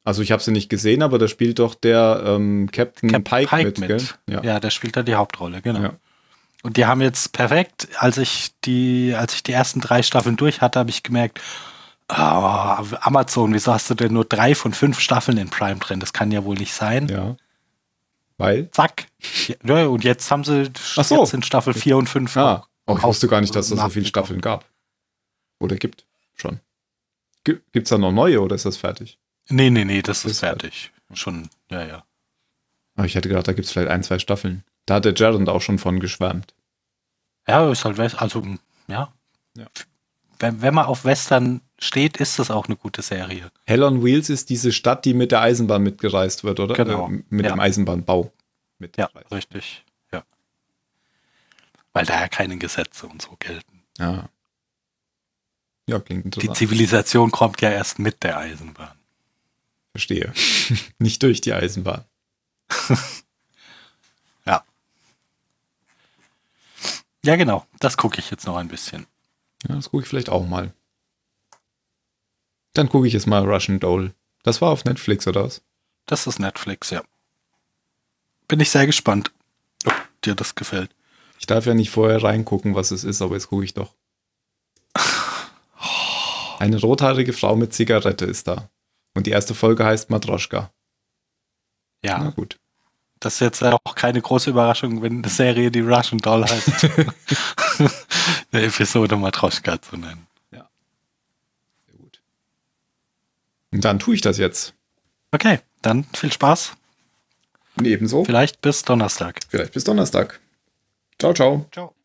Also ich habe sie nicht gesehen, aber da spielt doch der ähm, Captain
Captain
Pike,
Pike
mit,
mit.
gell? Ja.
ja, der spielt da die Hauptrolle, genau.
Ja.
Und die haben jetzt perfekt, als ich die, als ich die ersten drei Staffeln durch hatte, habe ich gemerkt, ah, Amazon, wieso hast du denn nur drei von fünf Staffeln in Prime drin? Das kann ja wohl nicht sein.
ja. Weil?
Zack. Ja, ne, und jetzt haben sie
Ach so.
jetzt sind Staffel vier und fünf.
Ah, oh, ich
auch-
wusste gar nicht, dass es so viele
nachgekommen.
Staffeln gab. Oder gibt schon. G gibt's da noch neue oder ist das fertig?
Nee, nee, nee, das ist halt
Ist
fertig. Schon, ja, ja.
Aber Ah, ich hätte gedacht, da gibt's vielleicht ein, zwei Staffeln. Da hat der Gerald auch schon von geschwärmt.
Ja, ist halt West, also ja.
Ja.
Wenn, wenn man auf Western steht, ist das auch eine gute Serie.
Hell on Wheels ist diese Stadt, die mit der Eisenbahn mitgereist wird, oder?
Genau.
Ähm, mit
Ja.
dem Eisenbahnbau.
Ja,
mitgereist.
richtig. Ja. Weil da ja keine Gesetze und so gelten.
ja. Ah. Ja, klingt
Die
interessant.
Zivilisation kommt ja erst mit der Eisenbahn.
Verstehe. nicht durch die Eisenbahn.
Ja, genau. Das gucke ich jetzt noch ein bisschen.
Ja, das gucke ich vielleicht auch mal. Dann gucke ich jetzt mal Russian Doll. Das war auf Netflix, oder was?
Das ist Netflix, ja. Bin ich sehr gespannt, ob dir das gefällt.
Ich darf ja nicht vorher reingucken, was es ist, aber jetzt gucke ich doch. Eine rothaarige Frau mit Zigarette ist da. Und die erste Folge heißt Matroschka. Na
Ja,
gut.
das ist jetzt auch keine große Überraschung, wenn eine Serie die Russian Doll heißt. eine Episode Matroschka zu nennen.
Sehr gut. Und dann tue ich das jetzt.
Okay, dann viel Spaß.
Und ebenso.
Vielleicht bis Donnerstag.
Vielleicht bis Donnerstag. Ciao, ciao.
Ciao.